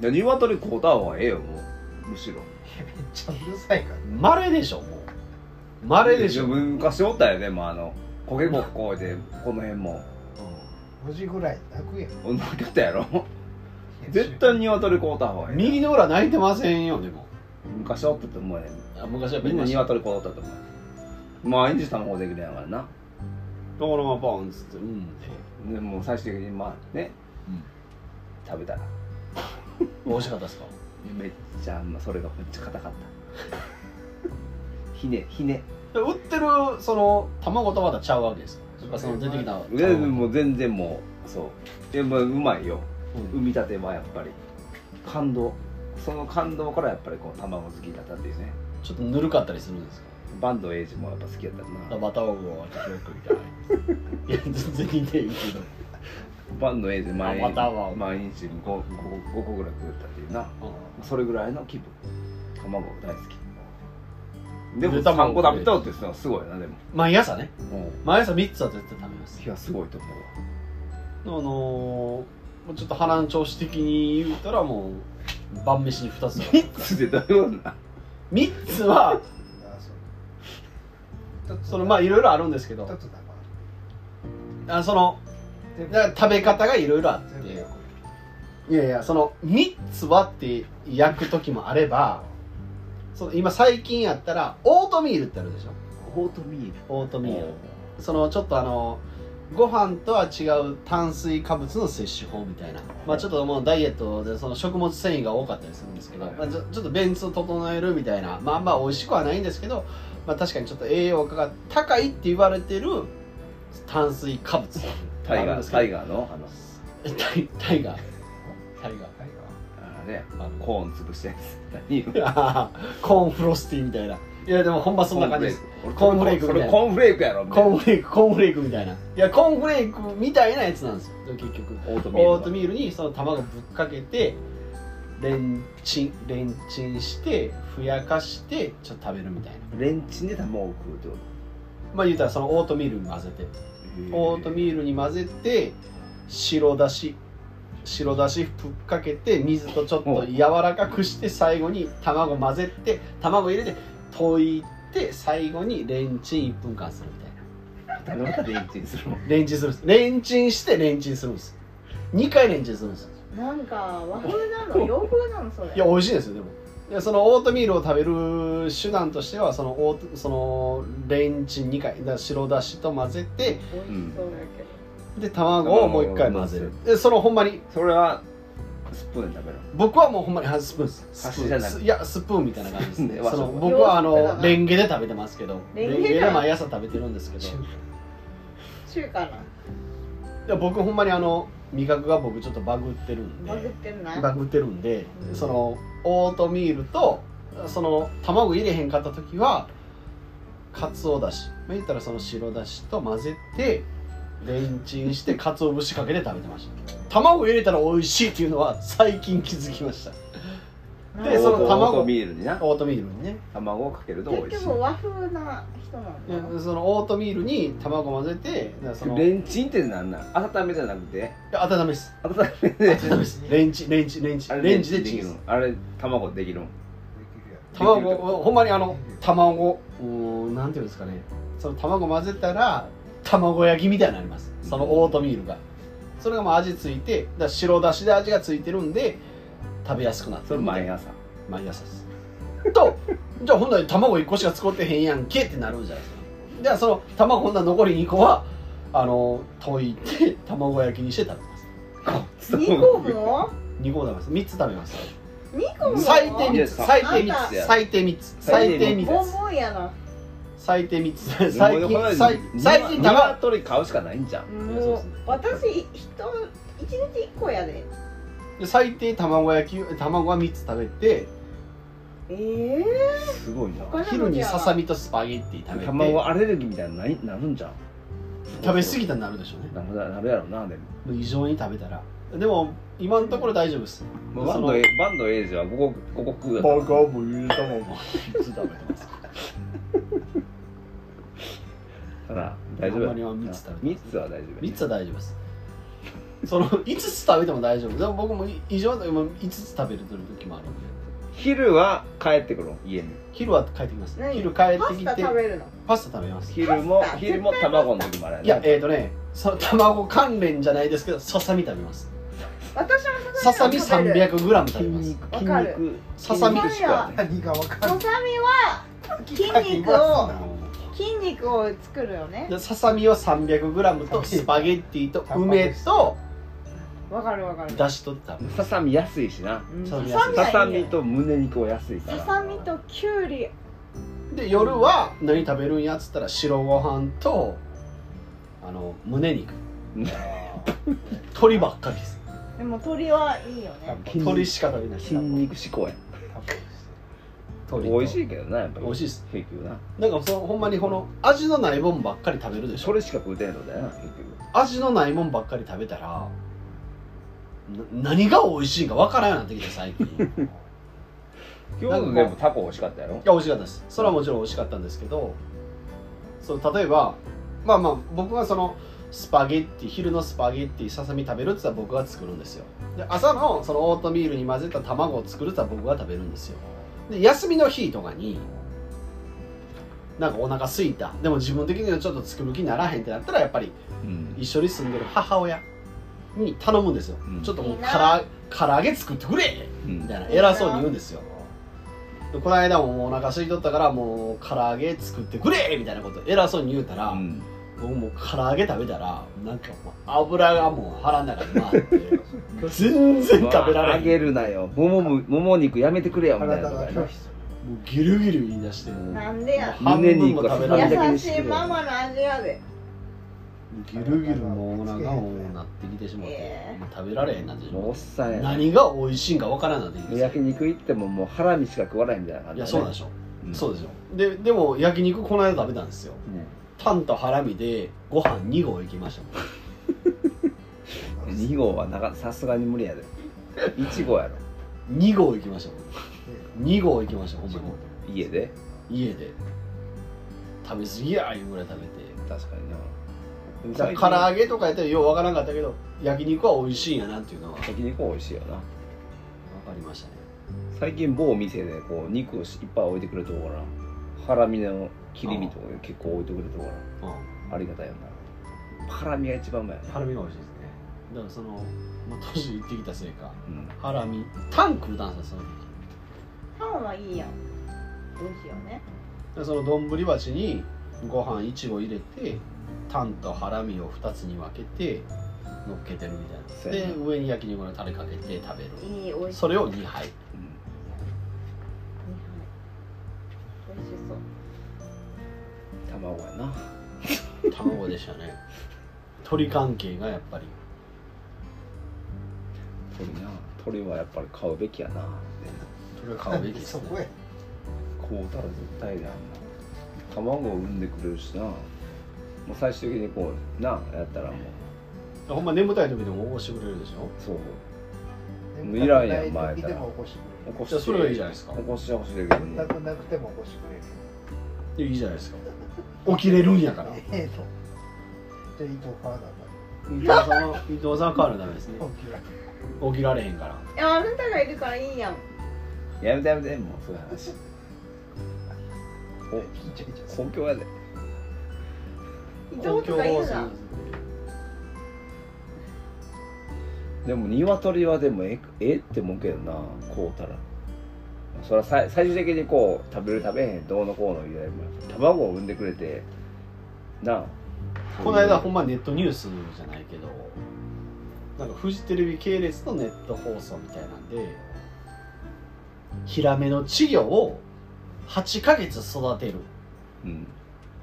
Speaker 3: で鶏買うた方がええよもうむしろ
Speaker 6: めっちゃうるさいから
Speaker 1: まれでしょもうまれでしょ、うん
Speaker 3: 昔おったよねもうあの焦げごっこでこの辺も
Speaker 6: 5時ぐらい泣くやん
Speaker 3: 泣きよったやろ絶対鶏買うた方がいい
Speaker 1: 右の裏泣いてませんよでも
Speaker 3: 昔おったと思うね
Speaker 1: あ昔は
Speaker 3: みんな
Speaker 1: だから
Speaker 3: 鶏買うたと思う毎日卵できるやんからな
Speaker 1: まあポンっつってうん
Speaker 3: でもう最終的にまあね、
Speaker 1: うん
Speaker 3: 食べたら
Speaker 1: 美味しかったですか
Speaker 3: めっちゃまあそれがめっちゃ硬かったひねひね
Speaker 1: 売ってるその卵とまたちゃうわけですやっぱその出てきた卵
Speaker 3: いやもう全然もうそうでもうまいよ
Speaker 1: うん
Speaker 3: 産みたてはやっぱり感動その感動からやっぱりこう卵好きだったっていうね
Speaker 1: ちょっとぬるかったりするんですか
Speaker 3: バンドエイジもやっぱ好きやった
Speaker 1: だ
Speaker 3: な
Speaker 1: からバターオー私よくみたいないや全然似ていいけど
Speaker 3: バンドエイジ毎
Speaker 1: あバターは
Speaker 3: 日毎日 5, 個5個ぐらい食ったっていうなそれぐらいの気分卵大好きでも
Speaker 1: ゆで卵
Speaker 3: 3個食べたよって言ってたのすごいなでも
Speaker 1: 毎朝ね
Speaker 3: も
Speaker 1: 毎朝3つは絶対食べます
Speaker 3: ういやすごいと思うわ
Speaker 1: あのー、ちょっと腹の調子的に言うたらもう晩飯に2つだ
Speaker 3: 3つでどういうことな
Speaker 1: 3つは
Speaker 6: あそう
Speaker 1: そのまあいろいろあるんですけど
Speaker 6: 一つだか
Speaker 1: あその
Speaker 6: 全部
Speaker 1: だから食べ方がいろいろあっ
Speaker 6: 全部
Speaker 1: て
Speaker 6: よく
Speaker 1: いやいやその3つはって焼く時もあればその今最近やったらオートミールってあるでしょ
Speaker 3: オートミール
Speaker 1: オートミールそのちょっとあのご飯とは違う炭水化物の摂取法みたいな、まあ、ちょっともうダイエットでその食物繊維が多かったりするんですけど、まあ、ちょちょっと便通を整えるみたいなまああんま美味しくはないんですけど、まあ、確かにちょっと栄養価が高いって言われてる炭水化物
Speaker 3: タイ
Speaker 1: あるん
Speaker 3: ガ
Speaker 1: で
Speaker 3: ー
Speaker 1: すけど
Speaker 3: タイガーのあの
Speaker 1: タイタイガータイ
Speaker 6: ないわ
Speaker 3: あれね
Speaker 1: ガー
Speaker 3: コーン潰したやつ何
Speaker 1: あ コーンフロスティーみたいないやでもほんまそんな感じですコーンフレーク
Speaker 3: そ
Speaker 1: み
Speaker 3: れ
Speaker 1: たいな
Speaker 3: コーンフレークやろみたい
Speaker 1: コー
Speaker 3: な
Speaker 1: ンフレークコーンフレークみたいないやコーンフレークみたいなやつなんですよでも結局
Speaker 3: オートミール
Speaker 1: オートミールにその卵ぶっかけてレンチンレンチンしてふやかしてちょっと食べるみたいな
Speaker 3: レンチンで卵を食うってこと
Speaker 1: まあ言うたらそのオートミールに混ぜてオートミールに混ぜて白だし白だしふっかけて水とちょっと柔らかくして最後に卵混ぜて卵入れて溶いて最後にレンチン1分間するみたいな
Speaker 3: 誰またレンチンするの
Speaker 1: レンチンするんですレンチンしてレンチンするんです2回レンチンするんです
Speaker 2: なんか和風なの洋風なのそれ
Speaker 1: いや美味しいですよでもでそのオートミールを食べる手段としてはそのオートそのレンチン2回だから白だしと混ぜて
Speaker 2: 美味しそうだけど、
Speaker 1: で卵をもう1回混ぜるでそのほんまに
Speaker 3: それはスプーンで食べる
Speaker 1: 僕はもうほんまにはスプーンですスプーン
Speaker 3: 箸じゃなく
Speaker 1: すいやスプーンみたいな感じですね
Speaker 3: スプーンで
Speaker 1: その
Speaker 3: 和食
Speaker 1: 僕はあ
Speaker 2: 洋食だ
Speaker 1: の
Speaker 2: な
Speaker 1: レンゲで食べてますけどレ
Speaker 2: レンゲ
Speaker 1: ンゲ
Speaker 2: だ
Speaker 1: で毎朝食べてるんですけど
Speaker 6: 中
Speaker 1: い
Speaker 2: 中華な
Speaker 1: や僕ほんまにあの味覚が僕ちょっとバグってるんで
Speaker 2: バグってんな
Speaker 1: バグってるんで
Speaker 2: うん
Speaker 1: そのオートミールとその卵入れへんかった時はかつおだしまあ言ったらその白だしと混ぜてレンチンしてかつお節かけて食べてました卵入れたら美味しいっていうのは最近気づきましたでその卵
Speaker 3: オートミールにな
Speaker 1: オートミールにね
Speaker 3: 卵をかけると美
Speaker 2: で
Speaker 3: 味し
Speaker 2: で
Speaker 3: い
Speaker 2: も和風な人なん
Speaker 1: い
Speaker 2: だ
Speaker 1: やそのオートミールに卵混ぜてだからそのい
Speaker 3: レンチンってなんなん温めじゃなくて
Speaker 1: や温めです
Speaker 3: 温めで
Speaker 1: 温めですレンチレンチレンチ
Speaker 3: あれ
Speaker 1: レンジで
Speaker 3: き
Speaker 1: チン
Speaker 3: る
Speaker 1: す
Speaker 3: のあれ卵できるん
Speaker 6: きるや
Speaker 1: 卵をほんまにあの卵うーんなんていうんですかねその卵混ぜたら卵焼きみたいになりますそのオートミールがそれがまあ味ついてだから白だしで味がついてるんで食べやすくなって
Speaker 3: そ
Speaker 1: る
Speaker 3: れ
Speaker 1: みたい
Speaker 3: 毎
Speaker 1: な
Speaker 3: 朝
Speaker 1: 毎朝ですとじゃあほんなら卵1個しか使ってへんやんけってなるんじゃないですかじゃあその卵ほんなら残り2個はあの溶いて卵焼きにして食べます
Speaker 2: 2個も
Speaker 1: 2個食べます3つ食べます
Speaker 2: 2個も
Speaker 1: 最低3つ最低3
Speaker 2: あん
Speaker 1: つ
Speaker 3: た
Speaker 1: 最低3つ最低3
Speaker 2: ボ
Speaker 1: つ
Speaker 2: ンボンやな
Speaker 1: 最低3つ最近
Speaker 3: 最近
Speaker 1: 最最近卵
Speaker 3: 鶏買うしかないんじゃん
Speaker 1: やそうで
Speaker 2: も
Speaker 1: すね
Speaker 2: う私人一日一個やで
Speaker 1: 最低卵焼き卵は3つ食べて
Speaker 2: え
Speaker 3: すごいな
Speaker 2: えー、
Speaker 1: 昼にささ
Speaker 2: み
Speaker 1: みとスパゲッティ食べて
Speaker 3: 卵アレルギーみたいなのないなるんじゃん
Speaker 1: 食べ過ぎたらなるでしょうね
Speaker 3: なるだなるやろなでも
Speaker 1: もう異常に食べたらでも今のところ大丈夫です
Speaker 3: まあバンドエバンドエイジは五穀五穀だ
Speaker 1: バカもゆで卵も3つ食べてます
Speaker 3: から大丈夫
Speaker 1: あんまりは三つ食べて
Speaker 3: 三つは大丈夫
Speaker 1: 3つは大丈夫ですその5つ食べても大丈夫でも僕も異常でも5つ食べる時もあるんで
Speaker 3: 昼は帰ってくるの家に
Speaker 1: 昼は帰ってきます
Speaker 2: 何
Speaker 1: 昼帰って
Speaker 2: パ
Speaker 1: き
Speaker 2: ス
Speaker 1: て
Speaker 2: タ食べるの
Speaker 1: パスタ食べます
Speaker 3: 昼も
Speaker 2: パスタ
Speaker 3: 昼も卵の時もあれ
Speaker 1: いやえっ、ー、とねその卵関連じゃないですけどささみ食べます
Speaker 2: 私も
Speaker 1: ささみ
Speaker 2: 食べる
Speaker 1: 300g 食
Speaker 3: 筋
Speaker 1: べます
Speaker 2: わか
Speaker 3: 肉筋
Speaker 2: る
Speaker 3: 肉
Speaker 1: ささみ
Speaker 3: 筋肉しかね
Speaker 6: 何がわかんない
Speaker 2: ささみは筋肉を筋肉を作るよね
Speaker 1: でささみは 300g とスパゲッティと梅と
Speaker 2: わかるわかる
Speaker 1: だしと食べ
Speaker 3: ささみ安いしな
Speaker 2: うん
Speaker 1: さ
Speaker 2: さ
Speaker 1: さ
Speaker 2: さ
Speaker 1: み
Speaker 2: み
Speaker 1: は
Speaker 3: ささ
Speaker 2: はいい
Speaker 3: み
Speaker 2: よ
Speaker 3: と胸肉は安いから
Speaker 2: ささみときゅうり
Speaker 1: で夜は何食べるんやっつったら白ご飯とあの胸 肉鶏ばっかりです
Speaker 2: でも鶏はいいよね
Speaker 3: 筋肉
Speaker 1: 鶏しか食べない
Speaker 3: 筋肉志向や
Speaker 1: 鶏と
Speaker 3: 美味しいけどなやっぱり
Speaker 1: 美味しいです
Speaker 3: 結局な
Speaker 1: なんかそのほんまにこの味のないもんばっかり食べるでし
Speaker 3: そ
Speaker 1: ょ
Speaker 3: れしか食うてんのだよな結局
Speaker 1: 味のないもんばっかり食べたらな何が美味しいかわからんようになってきた最近い
Speaker 3: 今日のでもタコ美味しかったやろ
Speaker 1: や美味しかったですそれはもちろん美味しかったんですけどそう例えばまあまあ僕はそのスパゲッティ昼のスパゲッティささみ食べるって言ったら僕が作るんですよで朝のそのオートミールに混ぜた卵を作るって言ったら僕が食べるんですよで休みの日とかになんかお腹空いたでも自分的にはちょっと作る気にならへんってなったらやっぱり
Speaker 3: うん
Speaker 1: 一緒に住んでる母親に頼むんですよ、
Speaker 3: うん
Speaker 1: ちょっともう
Speaker 2: いいな
Speaker 1: から唐揚げ作ってくれみたいな偉そうに言うんですよでこの間ももうお腹空いとったからもう唐揚げ作ってくれみたいなこと偉そうに言うたら、
Speaker 3: うん
Speaker 1: 僕もう唐揚げ食べたらなんかもう油がもう腹の中に回って全然食べら
Speaker 3: あ
Speaker 1: れへ
Speaker 3: げ
Speaker 1: んも
Speaker 3: るなよももむもも肉やめてくれよみたいな
Speaker 6: 体
Speaker 3: と
Speaker 6: が
Speaker 3: か
Speaker 6: 拒否す
Speaker 1: うギルギル言い出してもう
Speaker 2: なんでや
Speaker 1: 半
Speaker 3: 胸
Speaker 1: 分
Speaker 3: 肉
Speaker 1: も
Speaker 3: は
Speaker 1: 食べ
Speaker 3: さ
Speaker 1: ら
Speaker 3: さ
Speaker 1: れへん
Speaker 3: みだけ
Speaker 2: 優
Speaker 3: にして
Speaker 2: しい
Speaker 3: くれよ
Speaker 2: ママの味やで
Speaker 1: ギルギルもうお腹がもうなってきてしまって
Speaker 2: ええ
Speaker 1: もう食べられへんなってしま
Speaker 3: も
Speaker 1: う
Speaker 3: うおっさんやな
Speaker 1: 何が美味しいんかわからんなってきてしまう
Speaker 3: 焼肉行ってももうハラミしか食わないみたいな感
Speaker 1: い
Speaker 3: じ
Speaker 1: や
Speaker 3: だね
Speaker 1: そうなんでしょ、
Speaker 3: うん
Speaker 1: そうでしょででも焼肉この間食べたんですよ
Speaker 3: ね
Speaker 1: タンとハラミでご飯2合いきました
Speaker 3: 2号はなかさすがに無理やで1号やろ
Speaker 1: もん2合いきましたもん2合いきましたほんま
Speaker 3: 家で
Speaker 1: に家で食べ過ぎやいうぐらい食べ
Speaker 3: 確かに
Speaker 1: て
Speaker 3: な
Speaker 1: 唐揚げとかやったらようわからんかったけど焼肉は美味しいんやなっていうのは分か
Speaker 3: 焼肉は美味しいよな
Speaker 1: りましたね
Speaker 3: 最近某店でこう肉をいっぱい置いてくれるところなハラミの切り身とか結構置いてくれるところな
Speaker 1: うん
Speaker 3: ありがたいよなハラミが一番うまいよな
Speaker 1: ハラミが美味しいですねだからその、まあ、年いってきたせいか
Speaker 3: うん
Speaker 1: ハラミタン食うたんですよその時
Speaker 2: パンはいいやん美味しいよね
Speaker 1: でその丼鉢にご飯1合入れてタンとハラミを2つに分けて乗っけてるみた
Speaker 3: そ
Speaker 1: いう
Speaker 3: や
Speaker 1: な
Speaker 3: な
Speaker 1: で上に焼肉のタレかけて食べる
Speaker 2: いい美味しい
Speaker 1: それを2杯
Speaker 3: うん
Speaker 2: 美味しそう
Speaker 3: 卵やな
Speaker 1: 卵でした ね鳥関係がやっぱり
Speaker 3: 鳥な鳥はやっぱり買うべきやな
Speaker 1: 鳥は買うべきで
Speaker 6: る
Speaker 1: す
Speaker 6: そ
Speaker 1: ね
Speaker 6: こへ
Speaker 3: 買うたら絶対やんな卵を産んでくれるしなもう最終的にこうなやったらもう
Speaker 1: ほんま眠たい時でも起こしてくれるでしょ
Speaker 3: そう
Speaker 6: 眠
Speaker 3: 未
Speaker 6: た
Speaker 3: 来
Speaker 6: く
Speaker 3: や
Speaker 6: ない
Speaker 3: 前
Speaker 6: 時
Speaker 3: から
Speaker 6: でも起こしてくれ
Speaker 3: 起
Speaker 6: る
Speaker 3: こし
Speaker 1: じゃあ
Speaker 3: て
Speaker 1: それはいいじゃないですか
Speaker 3: 起こしてほしいけども
Speaker 6: 寝たくなくても起こしてくれる
Speaker 1: いやいいじゃないですか起きれるんやから
Speaker 6: ええとじゃあ伊藤川だから
Speaker 1: 伊藤さんは伊藤さんは変わるダメですね
Speaker 6: 起きられる
Speaker 1: 起きられへんから
Speaker 2: いやあなたがいるからいいやん
Speaker 3: やめてやめてもうそういう話
Speaker 6: 聞いちゃいちゃう
Speaker 3: 公共やで
Speaker 2: 伊藤とかいるな
Speaker 3: でも鶏はでもえええって思うけどなこうたらそれは最最終的にこう食べる食べへんどうのこうの言うよりも卵を産んでくれてなあ
Speaker 1: この間ほんまネットニュースじゃないけどなんかフジテレビ系列のネット放送みたいなんでヒラメの稚魚を8ヶ月育てる
Speaker 3: うん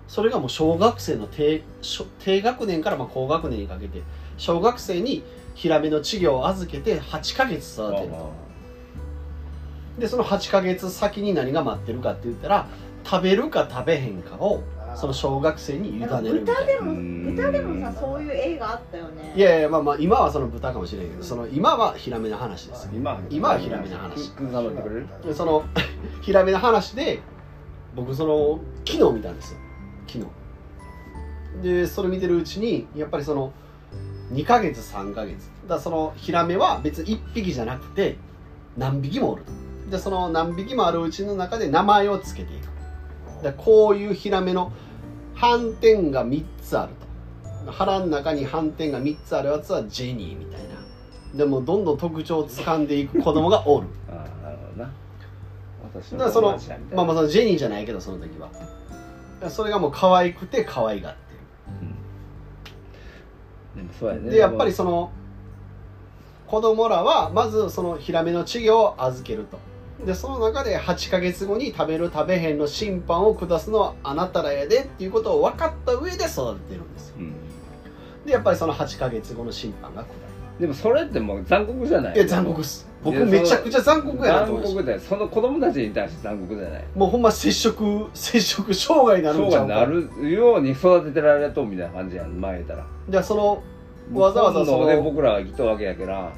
Speaker 1: それがもう小学生の低小低学年からまあ高学年にかけて小学生にヒラメの稚魚を預けて8ヶ月育てる
Speaker 3: まあま
Speaker 1: と
Speaker 3: あ
Speaker 1: でその8ヶ月先に何が待ってるかって言ったら食べるか食べへんかを
Speaker 6: あー
Speaker 1: その小学生に委ね
Speaker 2: なんか
Speaker 1: るみたい
Speaker 2: 豚
Speaker 1: な
Speaker 2: で
Speaker 3: う
Speaker 2: も
Speaker 3: ん
Speaker 2: 豚でもさそういう映画あったよね
Speaker 1: いやいやまあまあ今はその豚かもしれんけどその今はヒラメの話ですよ
Speaker 3: 今
Speaker 1: 今はヒラメの話
Speaker 3: くんさんもやってくれる
Speaker 1: でその ヒラメの話で僕その昨日見たんですよ昨日でそれ見てるうちにやっぱりその2ヶ月3ヶ月だからそのヒラメは別に1匹じゃなくて何匹もおるとでその何匹もあるうちの中で名前をつけていくだからこういうヒラメの斑点が3つあると腹の中に斑点が3つあるやつはジェニーみたいなでもどんどん特徴を掴んでいく子供がおる
Speaker 3: ああなるほどな私
Speaker 1: だからその
Speaker 3: 友達やみたい
Speaker 1: ま
Speaker 3: な
Speaker 1: あまあそのジェニーじゃないけどその時はそれがもう可愛くて可愛がって
Speaker 3: でもそうや
Speaker 1: る
Speaker 3: ね
Speaker 1: でやっぱりその子供らはまずそのヒラメの稚魚を預けるとでその中で8ヶ月後に食べる食べへんの審判を下すのはあなたらやでっていうことを分かった上で育ててるんですよ
Speaker 3: うん
Speaker 1: でやっぱりその8ヶ月後の審判が下る
Speaker 3: でもそれってもう残酷じゃない
Speaker 1: いや残酷っす僕めちゃくちゃ残酷やなと思い
Speaker 3: 残
Speaker 1: ました
Speaker 3: 酷だよその子供たちに対して残酷じゃない
Speaker 1: もうほんま接触接触障害になる
Speaker 3: そ
Speaker 1: ん
Speaker 3: う
Speaker 1: ちゃう
Speaker 3: が
Speaker 1: か
Speaker 3: なるように育ててられとうみたいな感じやん前言ったら
Speaker 1: じゃあそのわざわざそ
Speaker 3: そ
Speaker 1: の
Speaker 3: で僕らは生きとるわけやけら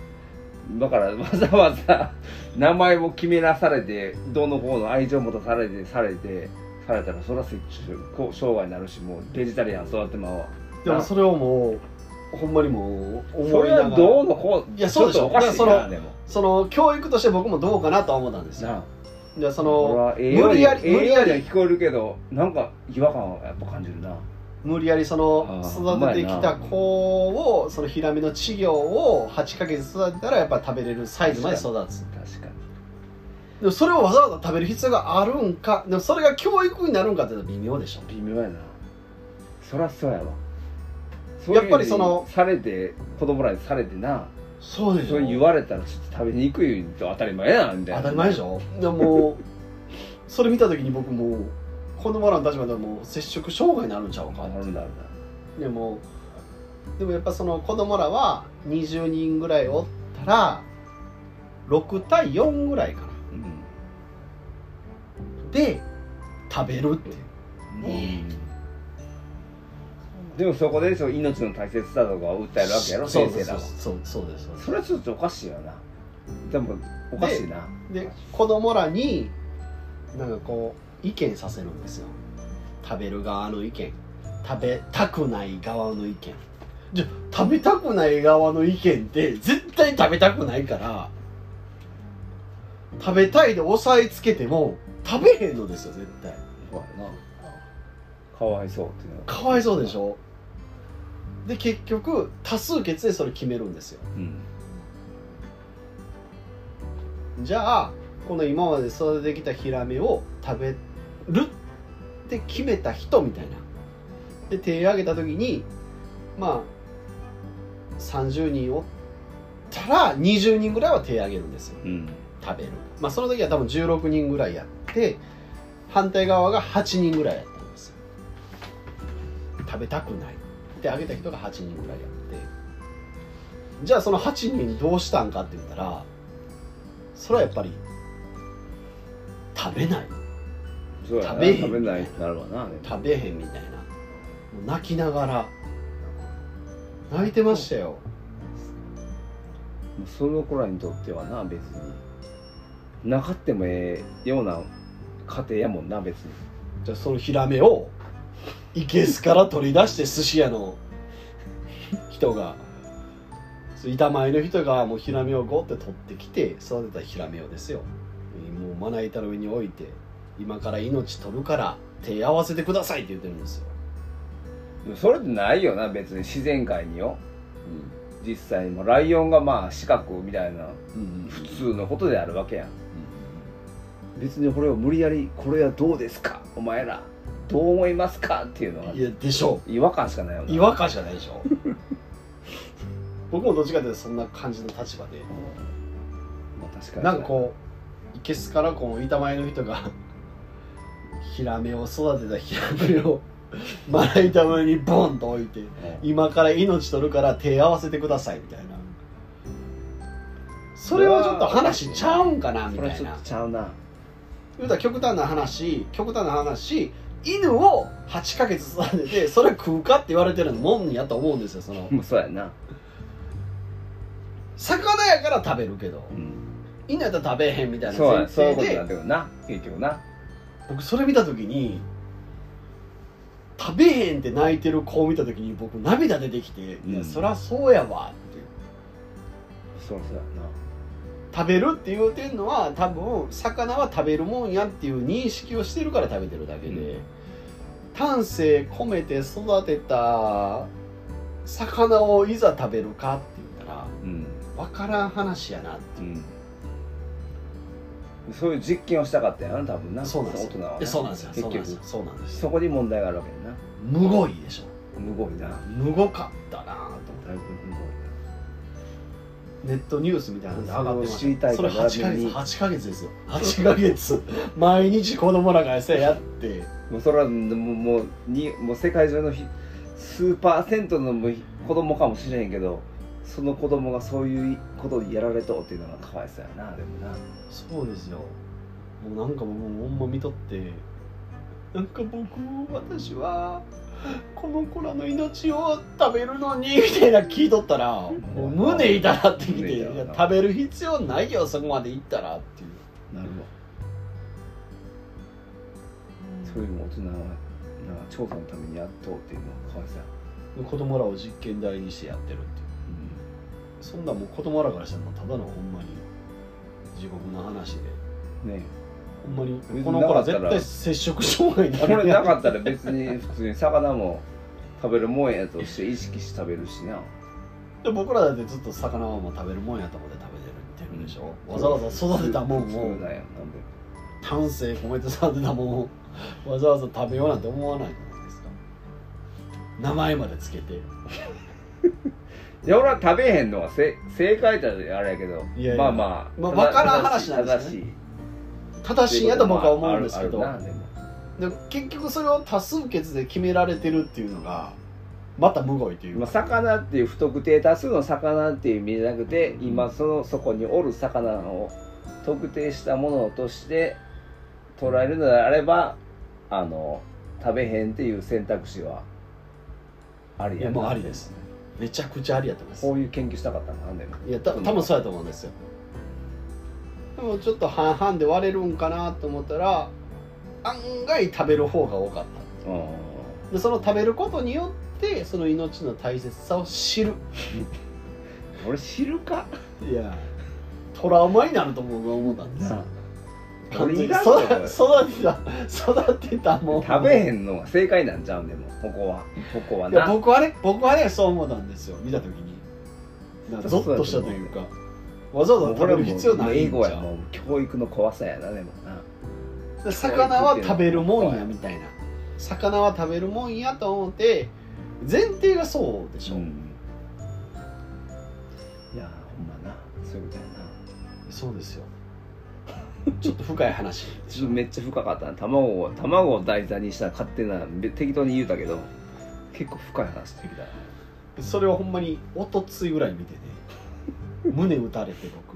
Speaker 3: だからわざわざ名前を決めなされてどの方の愛情もたされてされてされたらそら接こう障害になるしもうベジタリアン育ってまうわ
Speaker 1: でもそれをもうほんまにもう
Speaker 3: そ
Speaker 1: 思い
Speaker 3: れ
Speaker 1: なが
Speaker 3: は
Speaker 1: ら
Speaker 3: どうのこう
Speaker 1: いやそうでしょ
Speaker 3: ちっとおかしい
Speaker 1: だから
Speaker 3: な
Speaker 1: その
Speaker 3: でも
Speaker 1: その教育として僕もどうかなとは思ったんですよ
Speaker 3: なあ
Speaker 1: じゃあそ
Speaker 3: 俺
Speaker 1: の
Speaker 3: は栄養
Speaker 1: 無理やり
Speaker 3: 栄養
Speaker 1: 無理やり
Speaker 3: には聞こえるけどなんか違和感はやっぱ感じるな
Speaker 1: 無理やりその
Speaker 3: あー
Speaker 1: 育ててきた
Speaker 3: うまいな
Speaker 1: 子をそのヒラメの稚魚を8ヶ月育てたらやっぱ食べれるサイズまで育つ
Speaker 3: 確かに
Speaker 1: でもそれをわざわざ食べる必要があるんかでもそれが教育になるんかっていうのは微妙でしょ
Speaker 3: 微妙やなそらそうやわ
Speaker 1: やっぱりその
Speaker 3: そういうふうにされて子供らにされてな
Speaker 1: そうで
Speaker 3: それ言われたらちょっと食べにくいと当たり前やなみたいな
Speaker 1: 当たり前でし
Speaker 3: ょ
Speaker 1: ょでもうそれ見た時に僕もう子供らの立場ではもう接触障害になるんちゃうか
Speaker 3: あ
Speaker 1: って
Speaker 3: るんだあるんだ
Speaker 1: でもでもやっぱその子供らは20人ぐらいおったら6対4ぐらいかな
Speaker 3: うん
Speaker 1: で食べるっていう
Speaker 3: うんでもそこでその命の大切さとかを訴えるわけやろ
Speaker 1: そう
Speaker 3: 先生らは
Speaker 1: そうそうそうですそうです
Speaker 3: それはちょっとおかしいよなでもおかしいな
Speaker 1: で子供らになんかこう意見させるんですよ食べる側の意見食べたくない側の意見じゃ食べたくない側の意見って絶対食べたくないから食べたいで押さえつけても食べへんのですよ絶対
Speaker 3: そうやなかわいそうっていうのが
Speaker 1: かわいそうでしょで結局多数決でそれ決めるんですよ
Speaker 3: うん
Speaker 1: じゃあこの今まで育ててきたヒラメを食べるって決めた人みたいなで手を挙げた時にまあ30人おったら20人ぐらいは手を挙げるんですよ
Speaker 3: うん
Speaker 1: 食べるまあその時は多分16人ぐらいやって反対側が8人ぐらいやったんですよ食べたくないって挙げた人が8人ぐらいやってじゃあその8人どうしたんかって言ったらそれはやっぱり食べない
Speaker 3: そうや
Speaker 1: 食
Speaker 3: な
Speaker 1: べへん
Speaker 3: 食べないってなるわなでも
Speaker 1: 食べへんみたいなもう泣きながら泣いてましたよ
Speaker 3: その子らにとってはな別になかってもええような家庭やもんな別に
Speaker 1: じゃあそのヒラメをいけすから取り出して寿司屋の人がそう板前の人がもうヒラメをゴって取ってきて育てたヒラメをですよもうまな板の上に置いて今から命取るから手合わせてくださいって言ってるんですよ
Speaker 3: でもそれってないよな別に自然界によ、実際もライオンがまあ四角みたいな普通のことであるわけやん、別にこれを無理やりこれはどうですかお前らどう思いますかっていうのはい
Speaker 1: やでしょ
Speaker 3: 違和感しかないよ
Speaker 1: う違
Speaker 3: な
Speaker 1: 和感じゃないでしょ僕もどっちかというとそんな感じの立場で
Speaker 3: まあ確かに
Speaker 1: なんかこういけすからこう板前の人が ヒラメを育てたヒラメを まな板の上にボンと置いて今から命取るから手合わせてくださいみたいなそれはちょっと話ちゃうんかなみ
Speaker 3: そ
Speaker 1: た
Speaker 3: れはち
Speaker 1: い
Speaker 3: ょっ
Speaker 1: な
Speaker 3: とちゃうな
Speaker 1: 言うたら極端な話極端な話犬を8ヶ月育ててそれ食うかって言われてるのもんやと思うんですよその
Speaker 3: もうそうやな、
Speaker 1: 魚やから食べるけど
Speaker 3: うん、
Speaker 1: 犬やったら食べへんみたいな
Speaker 3: そうや
Speaker 1: 前
Speaker 3: そういう
Speaker 1: 提
Speaker 3: ことにな
Speaker 1: で
Speaker 3: ってくるな結局な
Speaker 1: 僕それ見た時に食べへんって泣いてる子を見た時に僕涙出てきて、
Speaker 3: うん
Speaker 1: いやそりゃそうやわって
Speaker 3: そうそうやな
Speaker 1: 食べるって言うてんのは多分魚は食べるもんやっていう認識をしてるから食べてるだけで、
Speaker 3: うん
Speaker 1: 丹精込めて育てた魚をいざ食べるかって言ったら
Speaker 3: うん
Speaker 1: 分からん話やなって
Speaker 3: う、
Speaker 1: いうん
Speaker 3: そういう実験をしたかったよな多分な
Speaker 1: そうなんです
Speaker 3: 大人は
Speaker 1: でそうなんですよそ
Speaker 3: 結
Speaker 1: うなん
Speaker 3: 局
Speaker 1: ですよそうなんですよ
Speaker 3: そこに問題があるわけやな
Speaker 1: むごいでしょ
Speaker 3: むごいなだ
Speaker 1: むごかったなぁと思って
Speaker 3: いぶむご
Speaker 1: ネットニュースみたいなので上がってま
Speaker 3: それを知り
Speaker 1: したた
Speaker 3: い
Speaker 1: そ
Speaker 3: から
Speaker 1: れ8ヶ月
Speaker 3: 見に
Speaker 1: 8ヶ月ですよ8ヶ 月毎日子供らが餌やって
Speaker 3: いなもうそれはもうもうにもう世界中のひ数パーセントのもう子供かもしれへんけどその子供がそういうことをやられとうっていうのがかわいそうやなでもな
Speaker 1: そうですよもうなんかもうほんま見とってなんか僕私はこの子らの命を食べるのにみたいな聞いとったらもう胸痛なってきて
Speaker 3: 胸
Speaker 1: い
Speaker 3: 痛な
Speaker 1: や食べる必要ないよそこまで行ったらっていう
Speaker 3: なるわそういう大人はな調査のためにやっとうっていうのがかわいそうや、
Speaker 1: で子供らを実験台にしてやってるっていうそんなんもう子供らからしたらただのほんまに地獄の話で
Speaker 3: うん、ねえ
Speaker 1: ほんまに
Speaker 3: 別に
Speaker 1: この子ら
Speaker 3: なかった
Speaker 1: 絶
Speaker 3: ら
Speaker 1: 対接触障害にな
Speaker 3: これ
Speaker 1: る
Speaker 3: な
Speaker 1: や
Speaker 3: かったら別に普通に魚も食べるもんやとして意識して食べるしな
Speaker 1: つで僕らだってずっと魚はもう食べるもんやと思って食べてるってるでしょ、わざわざ育てたもん
Speaker 3: 普
Speaker 1: を
Speaker 3: 通なんや
Speaker 1: 丹精込めて育てたもんをわざわざ食べようなんて思わないじゃないですか名前までつけて
Speaker 3: いや俺は食べへんのはせ正解だあれやけど
Speaker 1: いやいや
Speaker 3: まあまあ
Speaker 1: まあ
Speaker 3: 正
Speaker 1: わからん話なんですよ正しいんやと僕は思うんですけど、
Speaker 3: まああるあるな
Speaker 1: で
Speaker 3: で
Speaker 1: も結局それを多数決で決められてるっていうのがまたむごいという
Speaker 3: もまあ
Speaker 1: か
Speaker 3: 魚っていう不特定多数の魚っていう意味じゃなくて今そのそこにおる魚を特定したものとして捉えるのであればあの食べへんっていう選択肢はあり
Speaker 1: い
Speaker 3: や
Speaker 1: や
Speaker 3: な
Speaker 1: もうありですめちゃくちゃありやと思います
Speaker 3: こういう研究したかったんだなんで
Speaker 1: いやた多分そうやと思うんですよでもちょっと半々で割れるんかなと思ったら案外食べる方が多かっ
Speaker 3: うん
Speaker 1: たでその食べることによってその命の大切さを知る
Speaker 3: 俺知るか
Speaker 1: いやトラウマになると僕は思ったんですよ完全に
Speaker 3: 俺
Speaker 1: 育
Speaker 3: いらん
Speaker 1: てた育てたもん
Speaker 3: 食べへんのが正解なんちゃうんでもここはここはい
Speaker 1: や
Speaker 3: な
Speaker 1: 僕はね僕はねそう思ったんですよ見た時になんかゾッとしたというかわざわざ食べる必要ない
Speaker 3: 英
Speaker 1: ん
Speaker 3: 語
Speaker 1: ち
Speaker 3: や
Speaker 1: ゃう
Speaker 3: もう教育の怖さやなでもな
Speaker 1: で魚は食べるもんやみたいな魚は食べるもんやと思って前提がそうでしょ、
Speaker 3: んいやほんまなそういうことやな
Speaker 1: そうですよ ちょっと深い話
Speaker 3: ちょっとめっちゃ深かったな卵を卵を題材にした勝手なべ適当に言うたけど結構深い話してきた
Speaker 1: それをほんまにおとついぐらいに見てね胸打たれて僕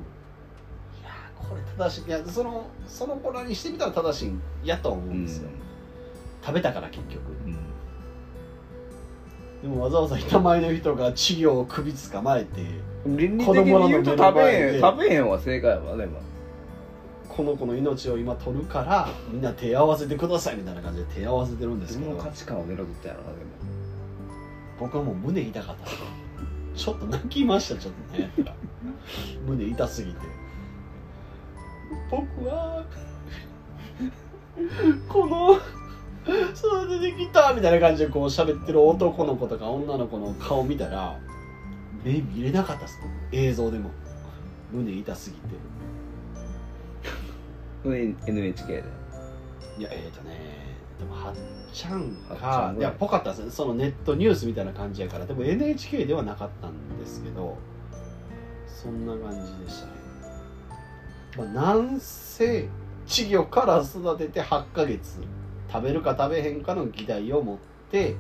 Speaker 1: いやーここれ正しいいやそのその子らにしてみたら正しいんやとは思うんですよ、食べたから結局でもわざわざ板前の人が稚魚を首つかまえて
Speaker 3: 倫理
Speaker 1: 子
Speaker 3: 的
Speaker 1: 供らの
Speaker 3: に言うと
Speaker 1: 目の
Speaker 3: 食べ
Speaker 1: 前
Speaker 3: へ
Speaker 1: で
Speaker 3: ん食べへんは正解やわね今
Speaker 1: この子の命を今取るからみんな手合わせてくださいみたいな感じで手合わせてるんです
Speaker 3: 自
Speaker 1: け
Speaker 3: 分の
Speaker 1: ど
Speaker 3: 価値観を狙ってたやろなでも
Speaker 1: 僕はもう胸痛かったちょっと泣きましたちょっとね胸痛すぎて僕はこの育ててきたみたいな感じでこう喋ってる男の子とか女の子の顔見たら目見れなかったです映像でも胸痛すぎて
Speaker 3: それ NHK で
Speaker 1: いやえっ、ー、とねでもはっちゃん
Speaker 3: はっちゃ
Speaker 1: か
Speaker 3: ん
Speaker 1: い
Speaker 3: ぐらい
Speaker 1: やぽかったですねそのネットニュースみたいな感じやからでも NHK ではなかったんですけどそんな感じでしたね、まあ、なんせ稚魚から育てて8ヶ月食べるか食べへんかの議題を持って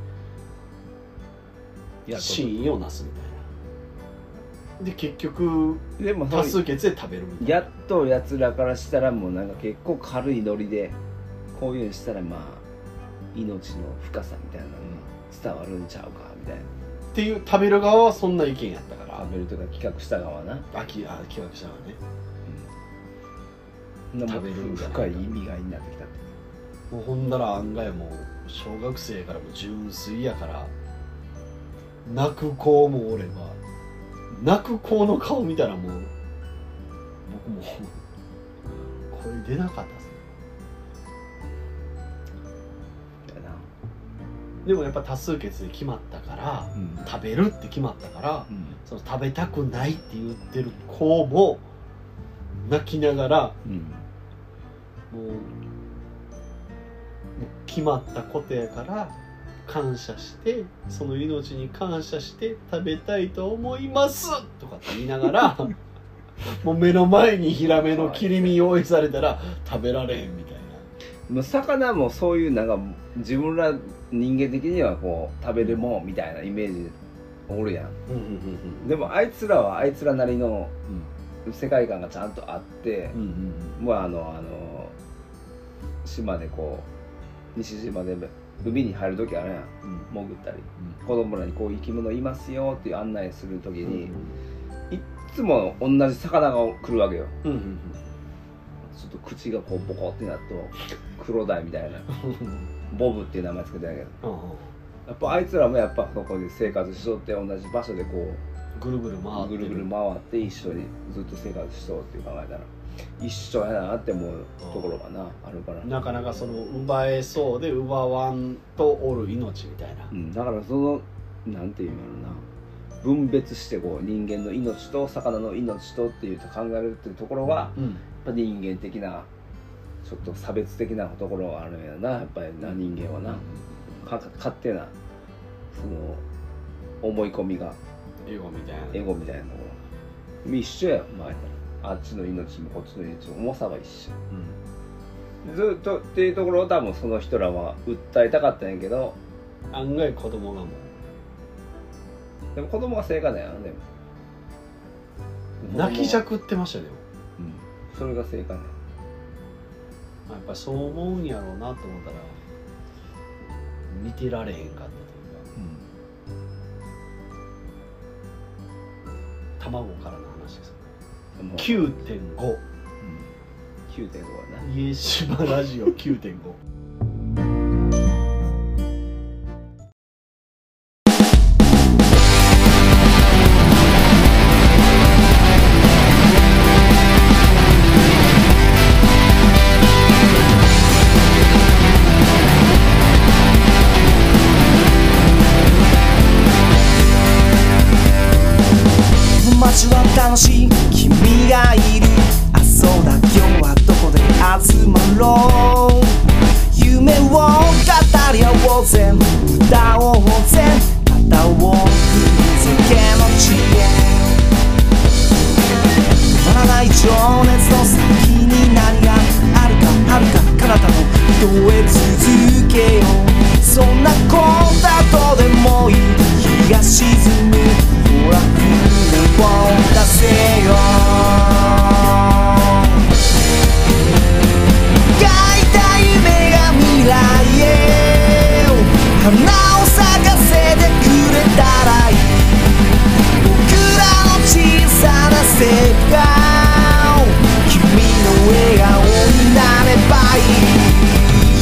Speaker 3: いやそう
Speaker 1: 真意をなすみたいなで結局
Speaker 3: でも
Speaker 1: 多
Speaker 3: そう
Speaker 1: 数決で食べるみたいな
Speaker 3: やっとやつらからしたらもうなんか結構軽いノリでこういうのしたらまあ命の深さみたいなのが伝わるんちゃうかみたいな
Speaker 1: っていう食べる側はそんな意見やったから
Speaker 3: 食べるとか企画した側な
Speaker 1: 秋秋脇さんはね
Speaker 3: そんなも
Speaker 1: 食
Speaker 3: う
Speaker 1: べるんじゃないか
Speaker 3: 深い意味がになってきたって
Speaker 1: もうほんだら案外もう小学生からも純粋やから泣く子もおれば泣く子の顔見たらもう僕もこれ出なかったですね
Speaker 3: やな
Speaker 1: でもやっぱ多数決で決まったから
Speaker 3: うん
Speaker 1: 食べるって決まったから
Speaker 3: うん
Speaker 1: その食べたくないって言ってる子も泣きながら
Speaker 3: うん
Speaker 1: もうもう決まったことやから感謝してその命に感謝して食べたいと思いますとかって言いなが らもう目の前にヒラメの切り身用意されたら食べられへんみたいな
Speaker 3: もう魚もそういうなんか自分ら人間的にはこう食べるもんみたいなイメージおるやん
Speaker 1: うんうん
Speaker 3: でもあいつらはあいつらなりの世界観がちゃんとあって、
Speaker 1: うんうん
Speaker 3: もうあのあの島でこう西島で海に入る時あるやん
Speaker 1: うん
Speaker 3: 潜ったり、子供らにこう生き物いますよっていう案内する時
Speaker 1: うん
Speaker 3: に、いっつも同じ魚が来るわけよ
Speaker 1: うんうん
Speaker 3: ちょっと口がこうボコってなっと黒鯛みたいなボブっていう名前つけてんやけど
Speaker 1: うん
Speaker 3: やっぱあいつらもやっぱそこで生活しとって同じ場所でこ
Speaker 1: ぐるぐる回
Speaker 3: う
Speaker 1: って
Speaker 3: ぐるぐる回って一緒にずっと生活しとうって考えたら一緒やなって思うところがなあるから、
Speaker 1: なかなかその奪えそうで奪わんとおる命みたいな
Speaker 3: うん、だからそのなんていうんやろな分別してこう人間の命と魚の命とっていうと考えるっていうところは
Speaker 1: うん
Speaker 3: やっぱ人間的なちょっと差別的なところがあるんやなやっぱりな人間はなか勝手なその思い込みが
Speaker 1: 英語みたいな
Speaker 3: エゴみたいなのも一緒や前あっちの命もこっちの命も重さは一緒ずっとっていうところを多分その人らは訴えたかったんやけど
Speaker 1: 案外子供がも
Speaker 3: でも子供が正解だよね
Speaker 1: う泣きじゃくってましたよでも
Speaker 3: うんそれが正解だよ
Speaker 1: まあやっぱりそう思うんやろうなと思ったら見てられへんかったというか卵からの話です
Speaker 3: でも
Speaker 1: 9.5
Speaker 3: 9.5やな
Speaker 1: 家島ラジオ9.5
Speaker 7: 街は楽しい君がいるあそうだ今日はどこで集まろう夢を語り合おうぜ歌おうぜ肩を振り付けの知恵止まらない情熱の先に何があるかあるか彼方の人へ続けようそんなことどうでもいい日が沈むほら船を出せよしたらいい僕らの小さな世界君の笑顔になればいい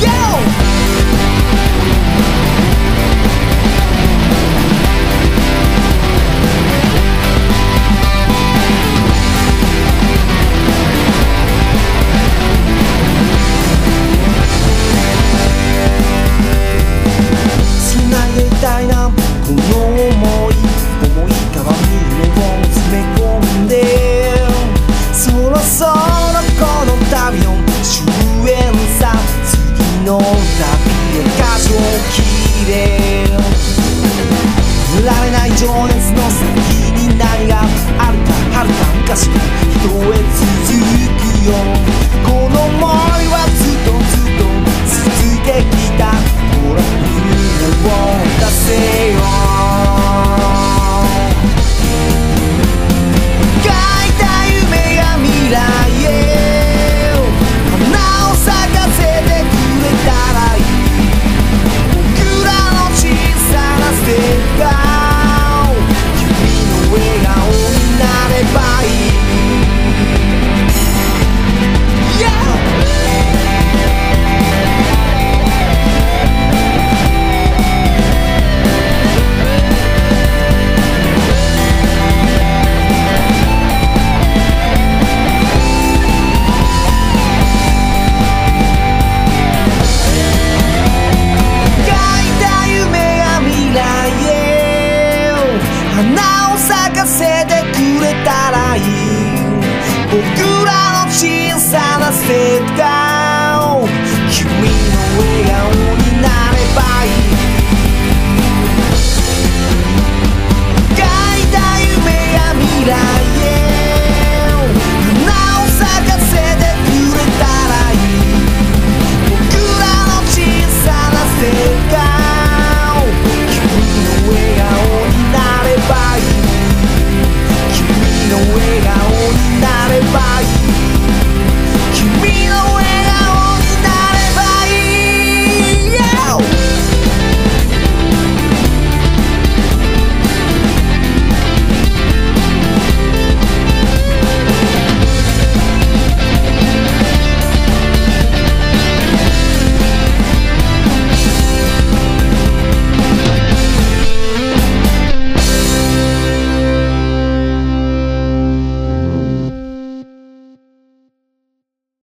Speaker 7: YO! つなげたいなこの想い思いから夢を詰め込んでそろそろこの旅の終焉さ次の旅へ歌唱切れられない情熱の先に何があるかはるか昔から人へ続くよこの想いはずっとずっと続いてきたほら夢を出せよ描いた夢が未来へ花を咲かせてくれたらいい僕らの小さな世界君の笑顔になればいい Yeah! 描いた夢が未来へ花を咲かせてくれたらいい僕らの小さな世界君の笑顔になればいい é é é